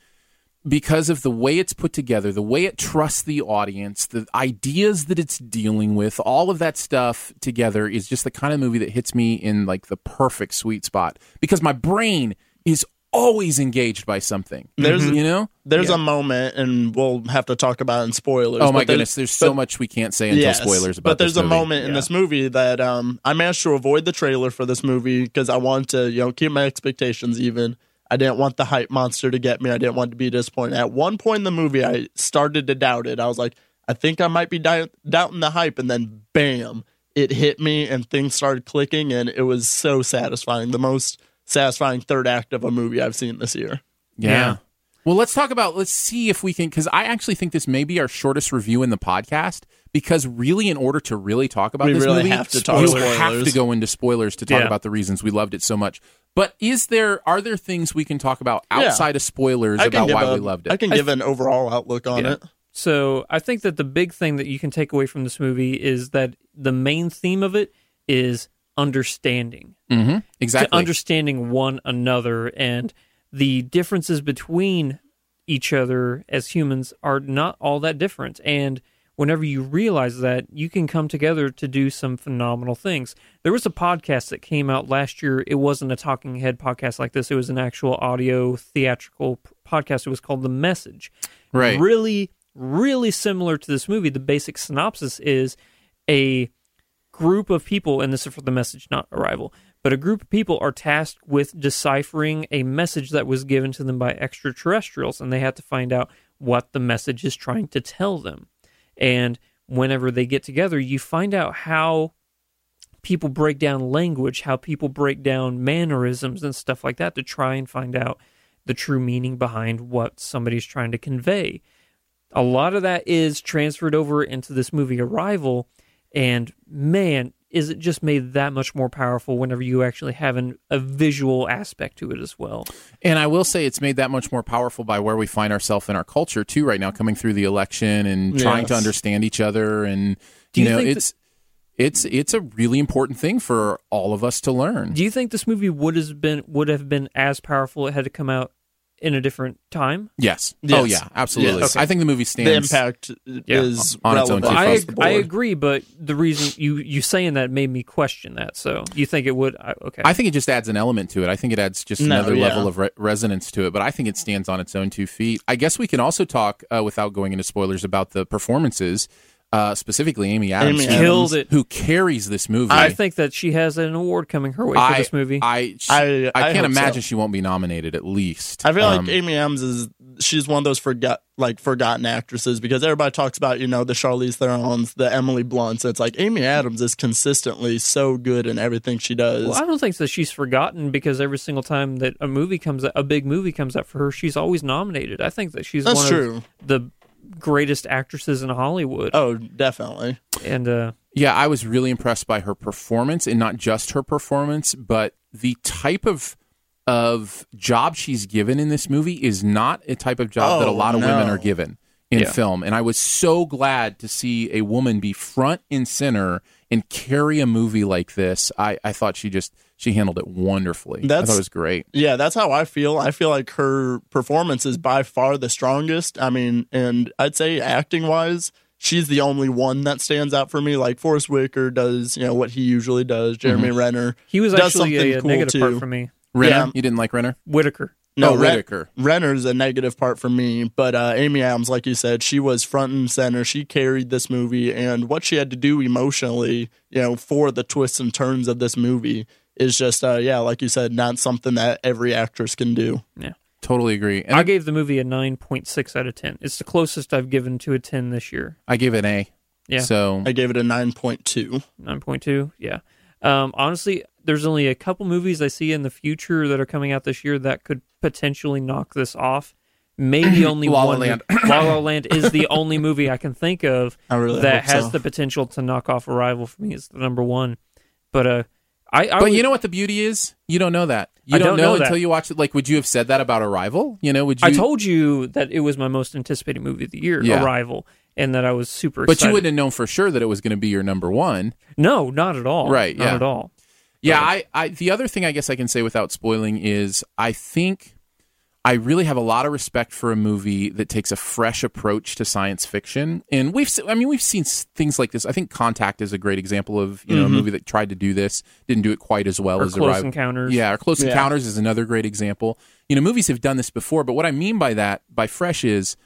Speaker 1: because of the way it's put together, the way it trusts the audience, the ideas that it's dealing with, all of that stuff together is just the kind of movie that hits me in like the perfect sweet spot because my brain is always engaged by something.
Speaker 3: There's-
Speaker 1: you know?
Speaker 3: There's a moment, and we'll have to talk about it in spoilers.
Speaker 1: Oh my
Speaker 3: but there's-
Speaker 1: goodness, there's so
Speaker 3: but-
Speaker 1: much we can't say until spoilers about
Speaker 3: But there's
Speaker 1: this
Speaker 3: a
Speaker 1: movie.
Speaker 3: moment in this movie that um, I managed to avoid the trailer for this movie because I wanted to, you know, keep my expectations even. I didn't want the hype monster to get me. I didn't want to be disappointed. At one point in the movie, I started to doubt it. I was like, I think I might be di- doubting the hype, and then bam, it hit me, and things started clicking, and it was so satisfying. The most satisfying third act of a movie I've seen this year.
Speaker 1: Yeah.
Speaker 2: Yeah.
Speaker 1: Well, let's talk about, let's see if we can, because I actually think this may be our shortest review in the podcast. Because really, in order to really talk about
Speaker 3: We
Speaker 1: this
Speaker 3: really
Speaker 1: movie,
Speaker 3: have to talk
Speaker 1: we would have
Speaker 3: spoilers.
Speaker 1: to go into spoilers to talk
Speaker 2: Yeah.
Speaker 1: about the reasons we loved it so much. But is there are there things we can talk about
Speaker 3: Yeah.
Speaker 1: outside of spoilers about
Speaker 3: give
Speaker 1: why
Speaker 3: a-
Speaker 1: we loved it?
Speaker 3: I can give an overall outlook on
Speaker 2: Yeah.
Speaker 3: it.
Speaker 2: So I think that the big thing that you can take away from this movie is that the main theme of it is understanding.
Speaker 1: hmm Exactly.
Speaker 2: to understanding one another and the differences between each other as humans are not all that different and whenever you realize that you can come together to do some phenomenal things there was a podcast that came out last year it wasn't a talking head podcast like this it was an actual audio theatrical p- podcast it was called the message
Speaker 1: Right.
Speaker 2: really really similar to this movie the basic synopsis is a group of people, and this is for the message, not arrival, but a group of people are tasked with deciphering a message that was given to them by extraterrestrials, and they have to find out what the message is trying to tell them. And whenever they get together, you find out how people break down language, how people break down mannerisms and stuff like that to try and find out the true meaning behind what somebody's trying to convey. A lot of that is transferred over into this movie Arrival, and man, is it just made that much more powerful whenever you actually have an, a visual aspect to it as well.
Speaker 1: And I will say it's made that much more powerful by where we find ourselves in our culture too right now, coming through the election and trying to
Speaker 3: Yes.
Speaker 1: understand each other. And
Speaker 2: Do
Speaker 1: you,
Speaker 2: you
Speaker 1: know,
Speaker 2: think that-
Speaker 1: it's it's it's a really important thing for all of us to learn.
Speaker 2: Do you think this movie would has been would have been as powerful had it come out in a different time.
Speaker 1: Yes.
Speaker 3: Yes.
Speaker 1: Oh yeah, absolutely.
Speaker 3: Yes.
Speaker 1: I think the movie
Speaker 3: The
Speaker 1: stands.
Speaker 3: impact is
Speaker 1: On its own
Speaker 3: relevant
Speaker 1: too.
Speaker 2: I,
Speaker 3: across the
Speaker 2: ag- I
Speaker 3: board.
Speaker 2: agree, but the reason you you saying that made me question that. So you think it would? I, okay,
Speaker 1: I think it just adds an element to it. I think it adds just
Speaker 3: No,
Speaker 1: another
Speaker 3: yeah.
Speaker 1: level of re- resonance to it. But I think it stands on its own two feet. I guess we can also talk uh, without going into spoilers about the performances, uh, specifically Amy Adams,
Speaker 3: Amy
Speaker 1: who-
Speaker 2: Killed it.
Speaker 1: who carries this movie.
Speaker 2: I think that she has an award coming her way for
Speaker 1: I,
Speaker 2: this movie.
Speaker 1: I, sh- I,
Speaker 3: I- I
Speaker 1: can't
Speaker 3: hope
Speaker 1: imagine
Speaker 3: so.
Speaker 1: she won't be nominated at least.
Speaker 3: I feel
Speaker 1: Um,
Speaker 3: like Amy Adams is she's one of those forgot like forgotten actresses because everybody talks about you know the Charlize Theron's, the Emily Blunts. It's like Amy Adams is consistently so good in everything she does.
Speaker 2: well, I don't think that she's forgotten because every single time that a movie comes out, a big movie comes out for her, she's always nominated. I think that she's
Speaker 3: That's
Speaker 2: one
Speaker 3: true.
Speaker 2: of the greatest actresses in Hollywood.
Speaker 3: Oh, definitely.
Speaker 2: And uh,
Speaker 1: Yeah, I was really impressed by her performance, and not just her performance, but the type of of job she's given in this movie is not a type of job that a
Speaker 3: Oh,
Speaker 1: lot of women
Speaker 3: no.
Speaker 1: are given in
Speaker 2: Yeah.
Speaker 1: film. And I was so glad to see a woman be front and center and carry a movie like this. I, I thought she just she handled it wonderfully. I thought
Speaker 3: That's-
Speaker 1: it was great.
Speaker 3: Yeah, that's how I feel. I feel like her performance is by far the strongest. I mean, and I'd say acting wise, she's the only one that stands out for me. Like Forrest Whitaker does, you know, what he usually does. Jeremy Renner.
Speaker 2: he was
Speaker 3: does
Speaker 2: actually a,
Speaker 3: something
Speaker 2: a
Speaker 3: cool
Speaker 2: negative part
Speaker 3: too.
Speaker 2: for me.
Speaker 1: Renner,
Speaker 3: Yeah.
Speaker 1: you didn't like Renner?
Speaker 2: Whitaker.
Speaker 3: No,
Speaker 1: Oh,
Speaker 3: Ren-
Speaker 1: Whitaker.
Speaker 3: Renner's a negative part for me, but uh, Amy Adams, like you said, she was front and center. She carried this movie, and what she had to do emotionally, you know, for the twists and turns of this movie is just, uh, yeah, like you said, not something that every actress can do.
Speaker 2: Yeah.
Speaker 1: Totally agree. And
Speaker 2: I gave the movie a 9.6 out of 10. It's the closest I've given to a 10 this year.
Speaker 1: I gave it an A.
Speaker 2: Yeah.
Speaker 1: So
Speaker 3: I gave it a nine point two.
Speaker 2: 9.2. Yeah. Um, honestly, there's only a couple movies I see in the future that are coming out this year that could potentially knock this off. Maybe only
Speaker 1: La La
Speaker 2: one.
Speaker 1: Land.
Speaker 2: La La Land is the only movie I can think of
Speaker 3: I really
Speaker 2: that
Speaker 3: hope
Speaker 2: has
Speaker 3: so.
Speaker 2: the potential to knock off Arrival for me. It's the number one. But uh, I, I
Speaker 1: but
Speaker 2: would-
Speaker 1: you know what the beauty is? You don't know that. You
Speaker 2: I don't know that.
Speaker 1: until you watch it. Like, would you have said that about Arrival? You know, would you?
Speaker 2: I told you that it was my most anticipated movie of the year,
Speaker 1: Yeah.
Speaker 2: Arrival, and that I was super.
Speaker 1: but
Speaker 2: excited.
Speaker 1: you wouldn't have known for sure that it was going to be your number one.
Speaker 2: No, not at all.
Speaker 1: Right,
Speaker 2: Not
Speaker 1: yeah.
Speaker 2: at all.
Speaker 1: Yeah, I, I. The other thing I guess I can say without spoiling is I think I really have a lot of respect for a movie that takes a fresh approach to science fiction, and we've. se- I mean, we've seen s- things like this. I think Contact is a great example of you know a movie that tried to do this, didn't do it quite as well
Speaker 2: Mm-hmm. Or
Speaker 1: as
Speaker 2: Close
Speaker 1: Arrival.
Speaker 2: Encounters.
Speaker 1: Yeah, or Uh, Close
Speaker 3: Yeah.
Speaker 1: Encounters is another great example. You know, movies have done this before, but what I mean by that, by fresh, is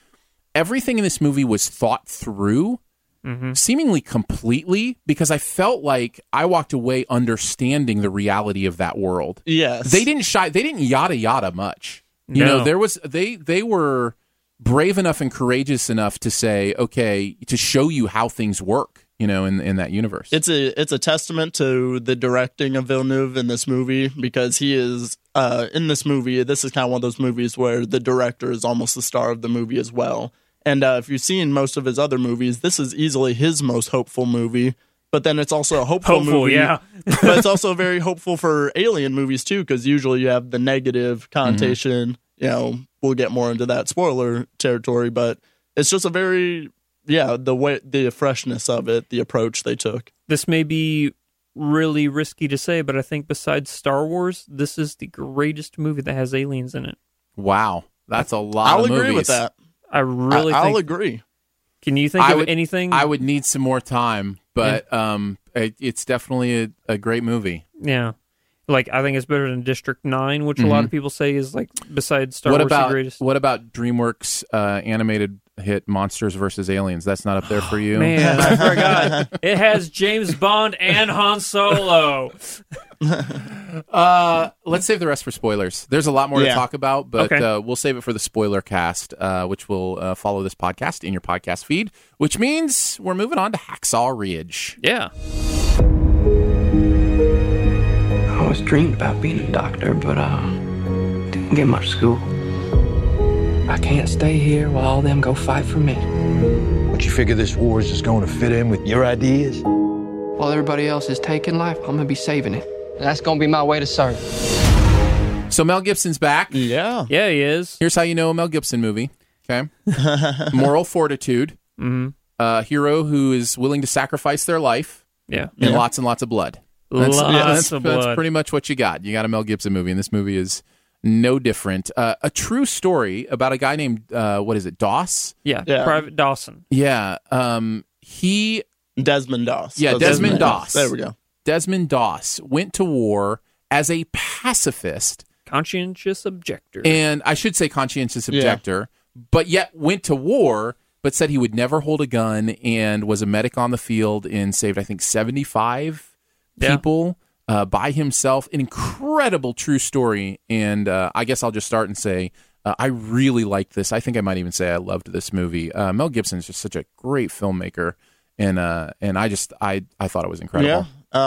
Speaker 1: everything in this movie was thought through
Speaker 3: Mm-hmm.
Speaker 1: seemingly completely because I felt like I walked away understanding the reality of that world.
Speaker 3: Yes,
Speaker 1: They didn't shy they didn't yada yada much. You
Speaker 2: No.
Speaker 1: know, there was they they were brave enough and courageous enough to say, okay, to show you how things work, you know, in in that universe.
Speaker 3: It's a it's a testament to the directing of Villeneuve in this movie because he is uh, in this movie. This is kind of one of those movies where the director is almost the star of the movie as well. And uh, if you've seen most of his other movies, this is easily his most hopeful movie. But then it's also a hopeful,
Speaker 2: Hopeful,
Speaker 3: movie.
Speaker 2: yeah.
Speaker 3: but it's also very hopeful for alien movies too, because usually you have the negative
Speaker 2: Mm-hmm.
Speaker 3: connotation. You know, we'll get more into that spoiler territory, but it's just a very yeah the way the freshness of it, the approach they took.
Speaker 2: This may be really risky to say, but I think besides Star Wars, this is the greatest movie that has aliens in it.
Speaker 1: wow. That's a lot
Speaker 3: I'll
Speaker 1: of
Speaker 3: agree
Speaker 1: movies.
Speaker 3: with that.
Speaker 2: I really
Speaker 3: I,
Speaker 2: think.
Speaker 3: will agree.
Speaker 2: Can you think
Speaker 1: I
Speaker 2: of
Speaker 1: would-
Speaker 2: anything?
Speaker 1: I would need some more time, but um it, it's definitely a, a great movie.
Speaker 2: yeah. Like I think it's better than District Nine, which a lot of people say is like besides Star
Speaker 1: Mm-hmm. what
Speaker 2: Wars
Speaker 1: about
Speaker 2: the greatest.
Speaker 1: what about DreamWorks uh, animated hit Monsters versus Aliens? That's not up there for you.
Speaker 2: Oh, Man, I forgot. It has James Bond and Han Solo.
Speaker 1: Uh, let's save the rest for spoilers. There's a lot more to
Speaker 3: Yeah.
Speaker 1: talk about, but
Speaker 2: Okay.
Speaker 1: uh, we'll save it for the spoiler cast, uh, which will uh, follow this podcast in your podcast feed. Which means we're moving on to Hacksaw Ridge.
Speaker 2: Yeah.
Speaker 6: I always dreamed about being a doctor, but uh, didn't get much school. I can't stay here while all them go fight for me.
Speaker 8: But you figure this war is just going to fit in with your ideas?
Speaker 6: While everybody else is taking life, I'm gonna be saving it. And that's gonna be my way to serve.
Speaker 1: So Mel Gibson's back.
Speaker 3: Yeah.
Speaker 2: Yeah, he is.
Speaker 1: Here's how you know a Mel Gibson movie. Okay, moral fortitude,
Speaker 2: Mhm.
Speaker 1: a hero who is willing to sacrifice their life.
Speaker 2: Yeah.
Speaker 1: and lots and lots of blood.
Speaker 2: Lots
Speaker 1: that's,
Speaker 2: of
Speaker 1: that's
Speaker 2: blood.
Speaker 1: pretty much what you got. You got a Mel Gibson movie, and this movie is no different. Uh, a true story about a guy named uh, what is it, Doss?
Speaker 2: Yeah, Private Dawson.
Speaker 1: Yeah. Um, he
Speaker 3: Desmond Doss.
Speaker 1: Yeah,
Speaker 3: So
Speaker 1: Desmond Doss.
Speaker 3: There we go.
Speaker 1: Desmond Doss went to war as a pacifist,
Speaker 2: conscientious objector.
Speaker 1: and I should say conscientious
Speaker 3: Yeah.
Speaker 1: objector, but yet went to war, but said he would never hold a gun, and was a medic on the field and saved I think seventy five
Speaker 2: Yeah.
Speaker 1: people uh, by himself. An incredible true story, and uh, I guess I'll just start and say. Uh, I really liked this. I think I might even say I loved this movie. Uh, Mel Gibson is just such a great filmmaker, and uh, and I just I I thought it was incredible.
Speaker 3: Yeah.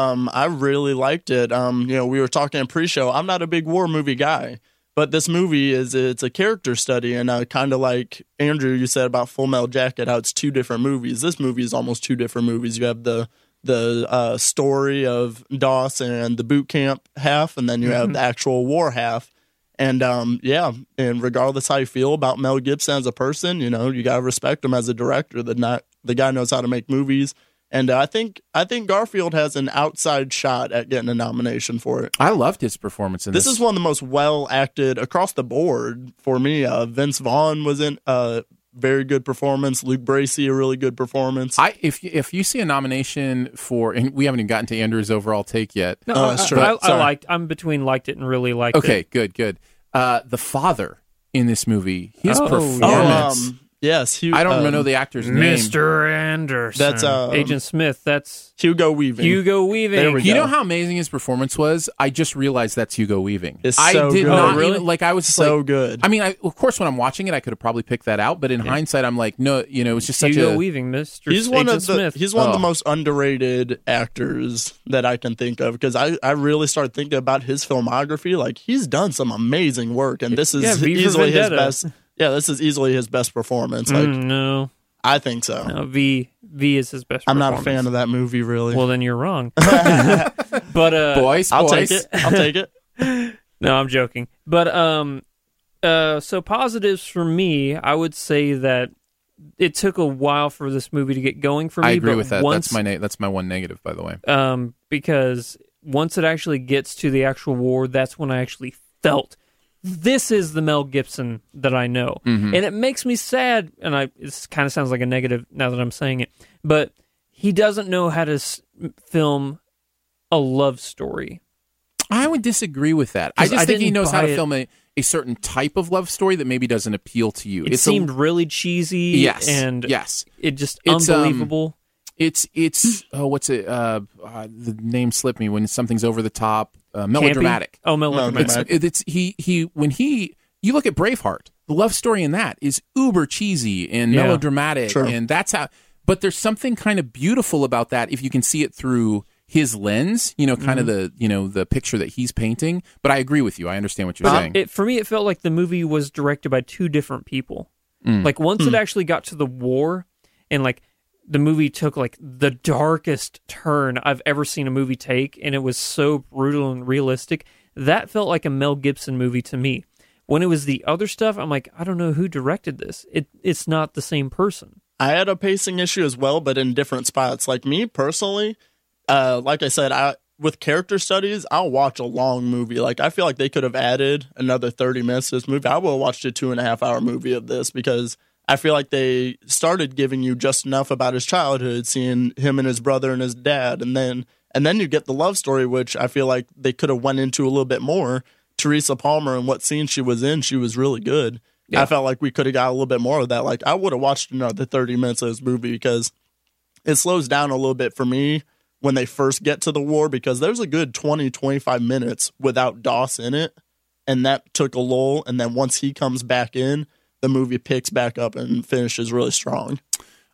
Speaker 3: Um, I really liked it. Um, you know, we were talking in pre-show. I'm not a big war movie guy, but this movie is it's a character study, and uh, kind of like Andrew, you said about Full Metal Jacket, how it's two different movies. This movie is almost two different movies. You have the the uh, story of Doss and the boot camp half, and then you have the actual war half. And um, yeah, and regardless how you feel about Mel Gibson as a person, you know, you gotta respect him as a director. The not the guy knows how to make movies. And uh, I think I think Garfield has an outside shot at getting a nomination for it.
Speaker 1: I loved his performance in this.
Speaker 3: This is one of the most well acted across the board for me. Uh, Vince Vaughn was in a very good performance. Luke Bracey a really good performance.
Speaker 1: I if if you see a nomination for and we haven't even gotten to Andrew's overall take yet.
Speaker 2: No,
Speaker 3: Oh,
Speaker 2: I,
Speaker 3: that's
Speaker 2: I-
Speaker 3: true.
Speaker 2: I, I
Speaker 3: Sorry.
Speaker 2: liked. I'm between liked it and really liked
Speaker 1: Okay,
Speaker 2: it.
Speaker 1: good, good. Uh, the father in this movie, his
Speaker 2: Oh, yeah.
Speaker 1: performance.
Speaker 3: um, yes, Hugh,
Speaker 1: I don't
Speaker 3: um,
Speaker 1: know the actor's name.
Speaker 2: Mr. Anderson.
Speaker 3: That's, um,
Speaker 2: Agent Smith. That's
Speaker 3: Hugo Weaving.
Speaker 2: Hugo Weaving.
Speaker 3: There we
Speaker 1: You
Speaker 3: go.
Speaker 1: know how amazing his performance was? I just realized that's Hugo Weaving.
Speaker 3: It's
Speaker 1: I
Speaker 3: so
Speaker 1: did
Speaker 3: good.
Speaker 1: not
Speaker 2: Oh, really?
Speaker 1: even- like I was just
Speaker 3: so
Speaker 1: like-
Speaker 3: good.
Speaker 1: I mean, I, of course, when I'm watching it, I could have probably picked that out, but in hindsight, I'm like, no, you know, it's just such
Speaker 2: Hugo
Speaker 1: a
Speaker 2: Weaving. Mr.
Speaker 3: He's one
Speaker 2: Agent
Speaker 3: of the
Speaker 2: Smith.
Speaker 3: he's one of the
Speaker 1: Oh.
Speaker 3: most underrated actors that I can think of because I, I really started thinking about his filmography. Like he's done some amazing work, and this is
Speaker 2: Yeah, V for
Speaker 3: easily his
Speaker 2: Vendetta.
Speaker 3: best. Yeah, this is easily his best performance. Like
Speaker 2: Mm, no,
Speaker 3: I think so.
Speaker 2: no, V V is his best.
Speaker 3: I'm not a fan of that movie, really.
Speaker 2: Well, then you're wrong. but uh,
Speaker 1: boys.
Speaker 3: I'll
Speaker 1: boys.
Speaker 3: take it. I'll take it.
Speaker 2: No, I'm joking. But um uh so positives for me, I would say that it took a while for this movie to get going for me.
Speaker 1: I agree
Speaker 2: but
Speaker 1: with that.
Speaker 2: Once,
Speaker 1: that's my na- that's my one negative, by the way.
Speaker 2: um because once it actually gets to the actual war, that's when I actually felt this is the Mel Gibson that I know.
Speaker 1: Mm-hmm.
Speaker 2: And it makes me sad and I it kind of sounds like a negative now that I'm saying it. But he doesn't know how to s- film a love story.
Speaker 1: I would disagree with that. I
Speaker 2: 'Cause
Speaker 1: just
Speaker 2: I
Speaker 1: think he
Speaker 2: didn't
Speaker 1: knows how to
Speaker 2: buy it.
Speaker 1: film a, a certain type of love story that maybe doesn't appeal to you.
Speaker 2: It
Speaker 1: it's
Speaker 2: seemed
Speaker 1: a,
Speaker 2: really cheesy
Speaker 1: yes,
Speaker 2: and
Speaker 1: yes.
Speaker 2: it just
Speaker 1: It's, um,
Speaker 2: unbelievable.
Speaker 1: It's it's
Speaker 2: Hmm.
Speaker 1: oh, what's it? Uh, uh, the name slipped me when something's over the top, uh,
Speaker 2: Campy?
Speaker 1: melodramatic.
Speaker 2: Oh, melodramatic.
Speaker 1: It's, it's he he when he you look at Braveheart, the love story in that is uber cheesy and
Speaker 2: Yeah.
Speaker 1: melodramatic,
Speaker 3: True.
Speaker 1: and that's how. But there's something kind of beautiful about that if you can see it through his lens, you know, kind of
Speaker 2: Mm-hmm.
Speaker 1: the you know the picture that he's painting. But I agree with you. I understand what you're
Speaker 2: But
Speaker 1: saying.
Speaker 2: it, for me, it felt like the movie was directed by two different people.
Speaker 1: Mm.
Speaker 2: Like once it actually got to the war, and like the movie took like the darkest turn I've ever seen a movie take, and it was so brutal and realistic. That felt like a Mel Gibson movie to me. When it was the other stuff, I'm like, I don't know who directed this. It it's not the same person.
Speaker 3: I had a pacing issue as well, but in different spots. Like me personally, uh, like I said, I with character studies, I'll watch a long movie. Like I feel like they could have added another thirty minutes to this movie. I would have watched a two and a half hour movie of this because I feel like they started giving you just enough about his childhood, seeing him and his brother and his dad, and then and then you get the love story, which I feel like they could have went into a little bit more. Teresa Palmer and what scene she was in, she was really good. I felt like we could have got a little bit more of that. Like I would have watched another thirty minutes of this movie because it slows down a little bit for me when they first get to the war because there's a good 20 25 minutes without Doss in it and that took a lull and then once he comes back in the movie picks back up and finishes really strong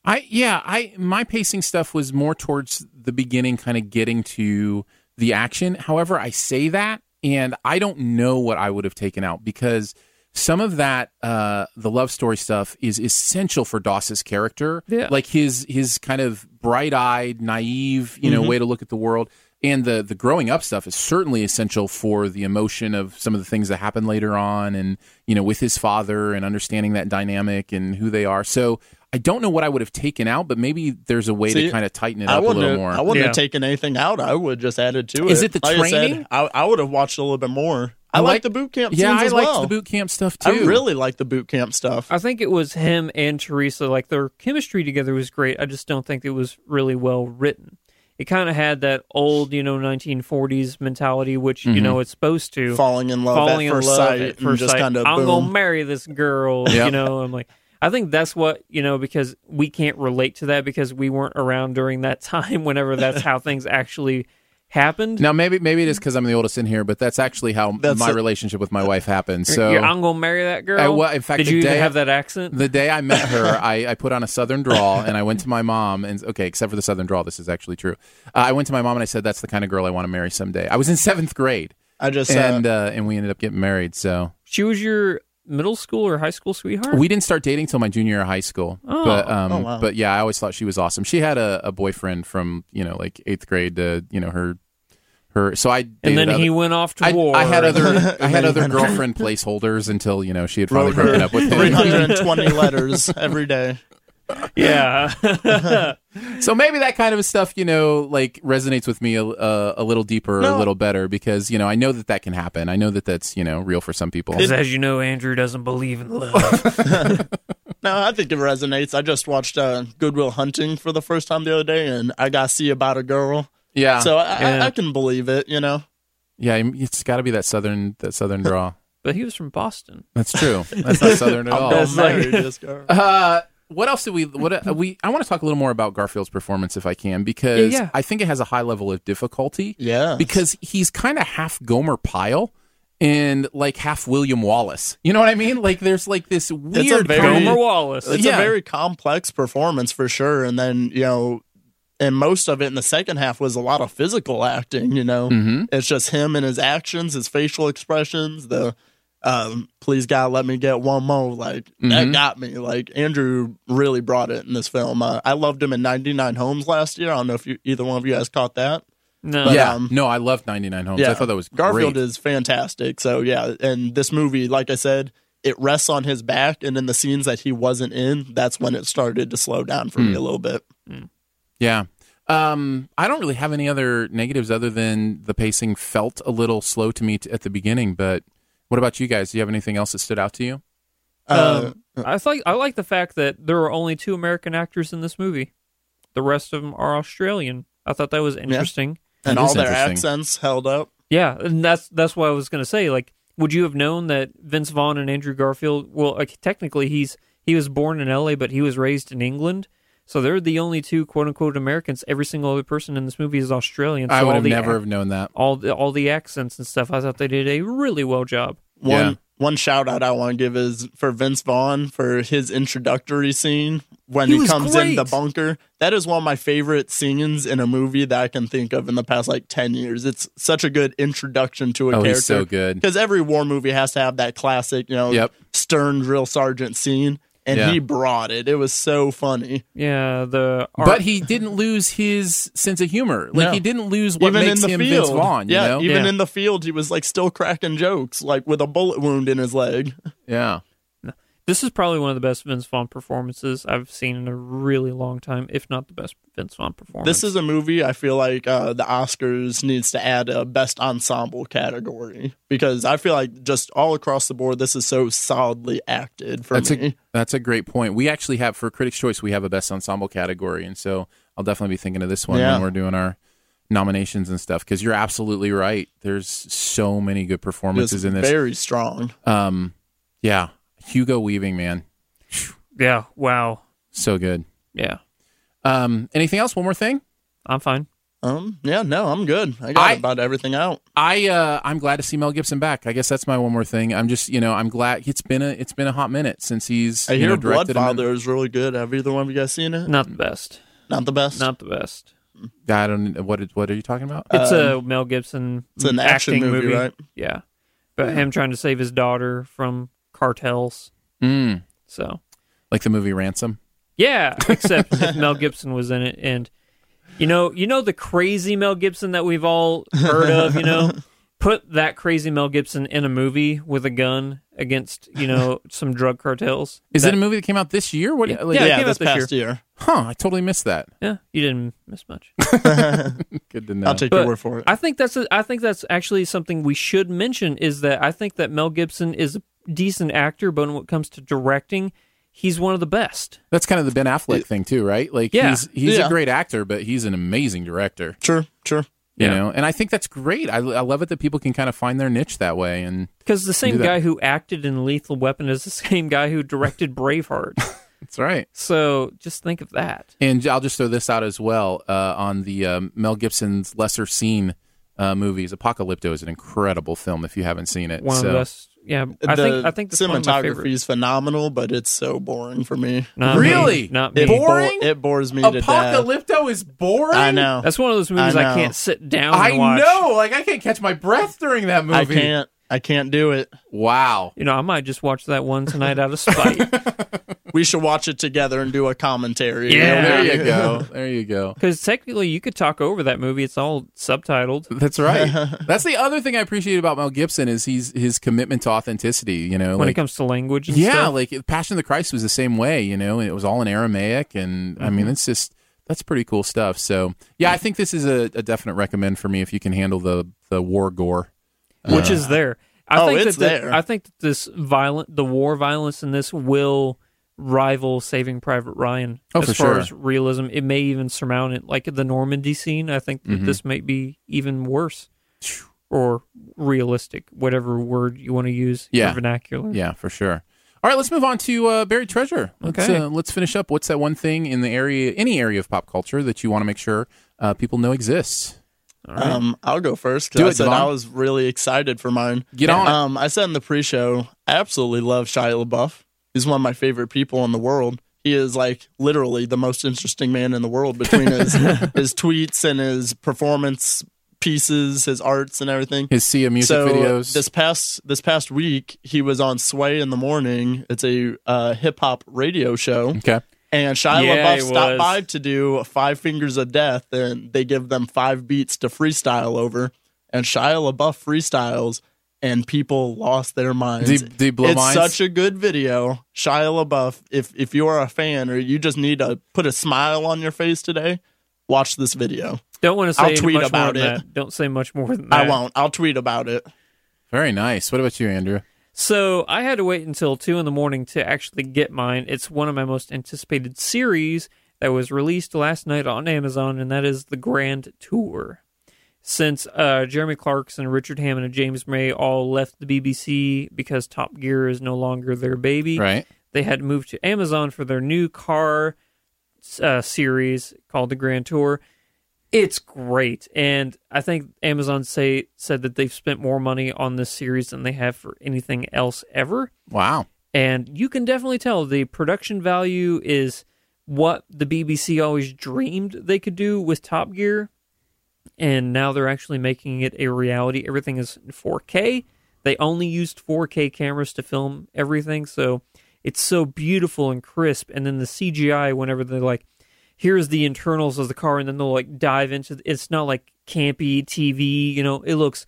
Speaker 1: I yeah, I my pacing stuff was more towards the beginning, kind of getting to the action. However, I say that, and I don't know what I would have taken out because some of that uh, the love story stuff is essential for Doss's character,
Speaker 2: Yeah.
Speaker 1: like his his kind of bright eyed, naive, you know, way to look at the world. And the, the growing up stuff is certainly essential for the emotion of some of the things that happen later on and, you know, with his father and understanding that dynamic and who they are. So I don't know what I would have taken out, but maybe there's a way
Speaker 3: See,
Speaker 1: to kind of tighten it
Speaker 3: I
Speaker 1: up a
Speaker 3: wouldn't,
Speaker 1: little
Speaker 3: have,
Speaker 1: more.
Speaker 3: I wouldn't
Speaker 2: Yeah.
Speaker 3: have taken anything out I would have just added to it
Speaker 1: Is it the
Speaker 3: Like I said,
Speaker 1: training?
Speaker 3: I, I would have watched a little bit more I, like, the boot camp. scenes as well.
Speaker 1: camp stuff
Speaker 3: I really like the boot camp stuff.
Speaker 2: I think it was him and Teresa. Like their chemistry together was great. I just don't think it was really well written. It kind of had that old, you know, 1940s mentality, which you
Speaker 3: Mhm.
Speaker 2: know it's supposed to
Speaker 3: Falling in love
Speaker 2: falling
Speaker 3: at first
Speaker 2: in love
Speaker 3: sight,
Speaker 2: at
Speaker 3: and
Speaker 2: first
Speaker 3: just
Speaker 2: sight.
Speaker 3: kind of
Speaker 2: I'm gonna
Speaker 3: boom.
Speaker 2: marry this girl.
Speaker 3: Yeah.
Speaker 2: You know, I'm like, I think that's what you know because we can't relate to that because we weren't around during that time. Whenever that's how things actually happened.
Speaker 1: Now maybe maybe it is because I'm the oldest in here, but that's actually how
Speaker 2: That's
Speaker 1: my
Speaker 2: a-
Speaker 1: relationship with my wife happened.
Speaker 2: You're-
Speaker 1: So
Speaker 2: you're, I'm gonna marry that girl.
Speaker 1: I wa- in fact,
Speaker 2: did
Speaker 1: the
Speaker 2: you even
Speaker 1: day-
Speaker 2: have that accent?
Speaker 1: The day I met her, I, I put on a Southern drawl and I went to my mom and okay, except for the Southern drawl, this is actually true. Uh, I went to my mom and I said, "That's the kind of girl I want to marry someday." I was in seventh grade.
Speaker 3: I just uh,
Speaker 1: and uh, and we ended up getting married. So
Speaker 2: She was your middle school or high school sweetheart.
Speaker 1: we didn't start dating till my junior year of high school.
Speaker 2: Oh.
Speaker 1: But um,
Speaker 2: Oh, wow.
Speaker 1: but yeah, I always thought she was awesome. She had a, a boyfriend from you know like eighth grade to you know her her. So I dated
Speaker 2: and then
Speaker 1: other-
Speaker 2: he went off to
Speaker 1: I,
Speaker 2: war.
Speaker 1: I had other
Speaker 2: And
Speaker 1: I had
Speaker 2: then-
Speaker 1: other girlfriend placeholders until you know she had
Speaker 3: wrote
Speaker 1: finally broken
Speaker 3: her
Speaker 1: up with him.
Speaker 3: 320 letters every day.
Speaker 2: Yeah.
Speaker 1: so maybe that kind of stuff, you know, like resonates with me a, uh, a, a little deeper, a
Speaker 2: No.
Speaker 1: little better because you know I know that that can happen. I know that that's you know real for some people.
Speaker 2: 'Cause as you know, Andrew doesn't believe in love.
Speaker 3: No, I think it resonates. I just watched uh, Goodwill Hunting for the first time the other day, and I got see about a girl.
Speaker 1: Yeah.
Speaker 3: so I,
Speaker 1: Ah, Yeah.
Speaker 3: I, I can believe it. You know,
Speaker 1: Yeah, it's got to be that southern that southern draw.
Speaker 2: but he was from Boston.
Speaker 1: That's true. That's not southern at
Speaker 3: I'm
Speaker 1: all.
Speaker 3: gonna marry this girl.
Speaker 1: Uh, what else did we? What uh, we? I want to talk a little more about Garfield's performance, if I can, because
Speaker 3: Yeah, yeah.
Speaker 1: I think it has a high level of difficulty.
Speaker 3: Yeah,
Speaker 1: because he's kind of half Gomer Pyle and like half William Wallace. You know what I mean? Like there's like this weird
Speaker 2: Gomer Wallace.
Speaker 3: It's
Speaker 1: Yeah.
Speaker 3: a very complex performance for sure. And then you know, and most of it in the second half was a lot of physical acting. You know,
Speaker 1: Mhm.
Speaker 3: it's just him and his actions, his facial expressions, the. Um, please God, let me get one more. Like that
Speaker 1: Mhm.
Speaker 3: got me. Like Andrew really brought it in this film. Uh, I loved him in 99 Homes last year. I don't know if you, either one of you guys caught that.
Speaker 2: No.
Speaker 3: But,
Speaker 1: yeah,
Speaker 3: um,
Speaker 1: no, I loved 99 Homes. I thought that was
Speaker 3: Garfield
Speaker 1: great.
Speaker 3: is fantastic. So yeah, and this movie, like I said, it rests on his back, and in the scenes that he wasn't in, that's when it started to slow down for me
Speaker 1: Mm.
Speaker 3: a little bit.
Speaker 1: Yeah. Um, I don't really have any other negatives other than the pacing felt a little slow to me t- at the beginning. But what about you guys? Do you have anything else that stood out to you?
Speaker 2: Um, I like I like the fact that there are only two American actors in this movie. The rest of them are Australian. I thought that was interesting.
Speaker 3: And all their accents held up.
Speaker 2: Yeah, and that's that's what I was gonna say. Like, would you have known that Vince Vaughn and Andrew Garfield? Well, like, technically, he's he was born in L.A., but he was raised in England. So they're the only two quote unquote Americans. Every single other person in this movie is Australian. So
Speaker 1: I would
Speaker 2: all
Speaker 1: have
Speaker 2: the
Speaker 1: never
Speaker 2: ac-
Speaker 1: have known that.
Speaker 2: All the, all the accents and stuff. I thought they did a really well job.
Speaker 3: One one shout out I want to give is for Vince Vaughn for his introductory scene when
Speaker 2: He
Speaker 3: he,
Speaker 2: was
Speaker 3: comes in the
Speaker 2: great.
Speaker 3: bunker. That is one of my favorite scenes in a movie that I can think of in the past like ten years. It's such a good introduction to a
Speaker 1: Oh,
Speaker 3: character.
Speaker 1: he's so good.
Speaker 3: because every war movie has to have that classic, you know,
Speaker 1: Yep.
Speaker 3: stern drill sergeant scene, and
Speaker 1: Yeah.
Speaker 3: he brought it. It was so funny.
Speaker 2: Yeah, the
Speaker 1: But he didn't lose his sense of humor. Like
Speaker 3: No.
Speaker 1: he didn't lose what
Speaker 3: even
Speaker 1: makes
Speaker 3: in the
Speaker 1: him
Speaker 3: field,
Speaker 1: Vince Vaughn.
Speaker 3: yeah,
Speaker 1: you know?
Speaker 3: even in the field, he was like still cracking jokes, like with a bullet wound in his leg.
Speaker 1: yeah.
Speaker 2: This is probably one of the best Vince Vaughn performances I've seen in a really long time, if not the best Vince Vaughn performance.
Speaker 3: This is a movie I feel like uh, the Oscars needs to add a best ensemble category because I feel like just all across the board, this is so solidly acted for
Speaker 1: that's
Speaker 3: me.
Speaker 1: A, that's a great point. We actually have for Critics' Choice, we have a Best Ensemble category, and so I'll definitely be thinking of this one
Speaker 3: Yeah.
Speaker 1: when we're doing our nominations and stuff. Because you're absolutely right. There's so many good performances
Speaker 3: Just
Speaker 1: in this.
Speaker 3: very strong.
Speaker 1: um, yeah, Hugo Weaving, man,
Speaker 2: yeah, wow,
Speaker 1: so good.
Speaker 2: yeah,
Speaker 1: Um, anything else? One more thing.
Speaker 2: I'm fine.
Speaker 3: Um, yeah, no, I'm good. I got
Speaker 1: I-
Speaker 3: about everything out.
Speaker 1: I uh, I'm glad to see Mel Gibson back. I guess that's my one more thing. I'm just you know I'm glad it's been a it's been a hot minute since he's
Speaker 3: I
Speaker 1: you
Speaker 3: hear
Speaker 1: know, directed him in-
Speaker 3: Bloodfather is really good. Have either one of you guys seen it?
Speaker 2: Not the best.
Speaker 3: Not the best.
Speaker 2: Not the best.
Speaker 1: I don't what what are you talking about?
Speaker 2: It's
Speaker 3: Um,
Speaker 2: a Mel Gibson.
Speaker 3: it's an action
Speaker 2: acting
Speaker 3: movie, right?
Speaker 2: Yeah, but him trying to save his daughter from cartels.
Speaker 3: Uh,
Speaker 1: Mm,
Speaker 2: So
Speaker 1: like the movie Ransom.
Speaker 2: yeah, except Mel Gibson was in it, and you know, you know the crazy Mel Gibson that we've all heard of. You know, put that crazy Mel Gibson in a movie with a gun against you know some drug cartels.
Speaker 1: Is
Speaker 2: that,
Speaker 1: it a movie that came out this year? What?
Speaker 2: Yeah,
Speaker 1: like-
Speaker 2: yeah, it Yeah, came this out this past
Speaker 3: year. year.
Speaker 1: Huh? I totally missed that.
Speaker 2: Yeah, you didn't miss much.
Speaker 1: Good to know.
Speaker 3: I'll take your word for it.
Speaker 2: I think that's a, I think that's actually something we should mention is that I think that Mel Gibson is a decent actor, but when it comes to directing, he's one of the best.
Speaker 1: That's kind of the Ben Affleck thing too, right? Like
Speaker 2: Yeah.
Speaker 1: he's he's
Speaker 3: Yeah.
Speaker 1: a great actor, but he's an amazing director.
Speaker 3: Sure, sure.
Speaker 1: You
Speaker 2: Yeah.
Speaker 1: know, and I think that's great. I, I love it that people can kind of find their niche that way. And
Speaker 2: Because the same
Speaker 1: Do that.
Speaker 2: guy who acted in Lethal Weapon is the same guy who directed Braveheart.
Speaker 1: that's right.
Speaker 2: so just think of that.
Speaker 1: And I'll just throw this out as well uh, on the um, Mel Gibson's lesser seen uh, movies. Apocalypto is an incredible film if you haven't seen it.
Speaker 2: One
Speaker 1: so,
Speaker 2: of the best. Yeah, I
Speaker 3: the
Speaker 2: think I think that's one of my
Speaker 3: cinematography
Speaker 2: favorites.
Speaker 3: is phenomenal, but it's so boring for me.
Speaker 2: Not me.
Speaker 1: Really?
Speaker 2: Not me.
Speaker 3: It, bo-
Speaker 1: Boring?
Speaker 3: it bores me to death.
Speaker 1: Apocalypto is boring.
Speaker 3: I know.
Speaker 2: That's one of those movies I,
Speaker 3: know.
Speaker 2: can't sit down.
Speaker 1: I
Speaker 2: and watch.
Speaker 1: know. Like I can't catch my breath during that movie.
Speaker 3: I can't. I can't do it.
Speaker 1: Wow.
Speaker 2: You know, I might just watch that one tonight out of spite.
Speaker 3: We should watch it together and do a commentary.
Speaker 2: Yeah.
Speaker 1: There you go. There you go.
Speaker 2: Because technically, you could talk over that movie. It's all subtitled.
Speaker 1: That's right. That's the other thing I appreciate about Mel Gibson is he's his commitment to authenticity. You know,
Speaker 2: when it
Speaker 1: like,
Speaker 2: comes to language and
Speaker 1: yeah,
Speaker 2: stuff.
Speaker 1: like Passion of the Christ was the same way. You know, and it was all in Aramaic, and I
Speaker 3: Mm-hmm.
Speaker 1: mean, it's just that's pretty cool stuff. So yeah,
Speaker 3: Mm.
Speaker 1: I think this is a, a definite recommend for me if you can handle the the war gore.
Speaker 2: which is there. I
Speaker 3: Oh,
Speaker 2: think
Speaker 3: it's
Speaker 2: that the-
Speaker 3: there.
Speaker 2: I think that this violent, the war violence in this will rival Saving Private Ryan
Speaker 1: Oh,
Speaker 2: as
Speaker 1: for
Speaker 2: far
Speaker 1: sure.
Speaker 2: as realism. It may even surmount it, like the Normandy scene. I think
Speaker 1: Mm-hmm.
Speaker 2: that this might be even worse or realistic, whatever word you want to use. your
Speaker 1: Yeah.
Speaker 2: vernacular.
Speaker 1: Yeah, for sure. All right, let's move on to uh, buried treasure. Let's,
Speaker 2: Okay.
Speaker 1: uh, let's finish up. What's that one thing in the area, any area of pop culture that you want to make sure uh, people know exists?
Speaker 3: Um, I'll go first. 'cause
Speaker 1: Do
Speaker 3: I
Speaker 1: it,
Speaker 3: said
Speaker 1: Devon.
Speaker 3: I was really excited for mine.
Speaker 1: Get on it.
Speaker 3: Um, I said in the pre-show, I absolutely love Shia LaBeouf. He's one of my favorite people in the world. He is like literally the most interesting man in the world between his his tweets and his performance pieces, his arts and everything.
Speaker 1: His Sia music
Speaker 3: so
Speaker 1: videos.
Speaker 3: this past this past week, he was on Sway in the morning. It's a uh, hip hop radio show.
Speaker 1: okay.
Speaker 3: And Shia
Speaker 2: Yeah,
Speaker 3: LaBeouf
Speaker 2: he
Speaker 3: stopped
Speaker 2: was.
Speaker 3: by to do Five Fingers of Death, and they give them five beats to freestyle over. And Shia LaBeouf freestyles, and people lost their minds.
Speaker 1: Did he- did he blow
Speaker 3: it's
Speaker 1: minds?
Speaker 3: such a good video, Shia LaBeouf. If if you are a fan or you just need to put a smile on your face today, watch this video.
Speaker 2: Don't want to say
Speaker 3: I'll tweet
Speaker 2: much
Speaker 3: about
Speaker 2: more than
Speaker 3: it.
Speaker 2: that. Don't say much more than that.
Speaker 3: I won't. I'll tweet about it.
Speaker 1: Very nice. What about you, Andrew?
Speaker 2: So I had to wait until two in the morning to actually get mine. It's one of my most anticipated series that was released last night on Amazon, and that is The Grand Tour. Since uh, Jeremy Clarkson, Richard Hammond, and James May all left the BBC because Top Gear is no longer their baby,
Speaker 1: Right.
Speaker 2: they had moved to Amazon for their new car uh, series called the Grand Tour. It's great, and I think Amazon say said that they've spent more money on this series than they have for anything else ever.
Speaker 1: Wow.
Speaker 2: And you can definitely tell the production value is what the BBC always dreamed they could do with Top Gear. And now they're actually making it a reality. Everything is in 4K. They only used 4K cameras to film everything. So it's so beautiful and crisp. And then the CGI, whenever they're like, here's the internals of the car, and then they'll like dive into it's not like campy TV, you know, it looks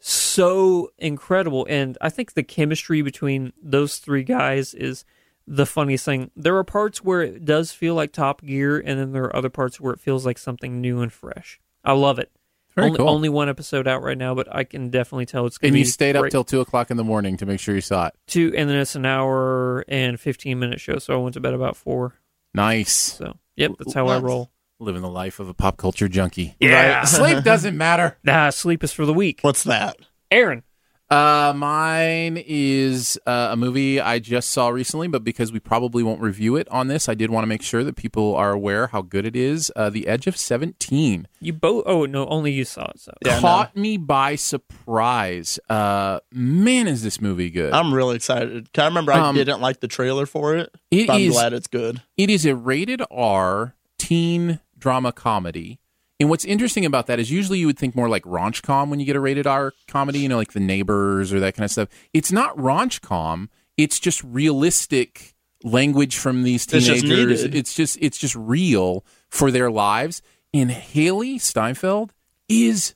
Speaker 2: so incredible. And I think the chemistry between those three guys is the funniest thing. There are parts where it does feel like Top Gear, and then there are other parts where it feels like something new and fresh. I love it.
Speaker 1: Very
Speaker 2: only,
Speaker 1: cool.
Speaker 2: only one episode out right now, but I can definitely tell it's going to
Speaker 1: And you
Speaker 2: be.
Speaker 1: stayed up
Speaker 2: great.
Speaker 1: till two o'clock in the morning to make sure you saw it.
Speaker 2: two, and then it's an hour and fifteen minute show. So I went to bed about four.
Speaker 1: Nice.
Speaker 2: So yep, that's how I
Speaker 3: Nice.
Speaker 2: roll.
Speaker 1: Living the life of a pop culture junkie.
Speaker 2: Yeah.
Speaker 1: Right? Sleep doesn't matter.
Speaker 2: Nah, sleep is for the weak.
Speaker 3: What's that?
Speaker 2: Aaron,
Speaker 1: Uh, mine is uh, a movie I just saw recently, but because we probably won't review it on this, I did want to make sure that people are aware how good it is. Uh, the Edge of 17.
Speaker 2: you both. Oh no, only you saw it. So
Speaker 3: Yeah,
Speaker 1: caught me by surprise. Uh, man, is this movie good?
Speaker 3: I'm really excited. Can I remember I
Speaker 1: Um,
Speaker 3: didn't like the trailer for it?
Speaker 1: it
Speaker 3: but I'm
Speaker 1: is-
Speaker 3: glad it's good.
Speaker 1: it is a rated R teen drama comedy. And what's interesting about that is usually you would think more like raunch-com when you get a rated R comedy, you know, like The Neighbors or that kind of stuff. It's not raunch-com. It's just realistic language from these
Speaker 3: It's just
Speaker 1: teenagers.
Speaker 3: needed.
Speaker 1: It's just it's just real for their lives. And Haley Steinfeld is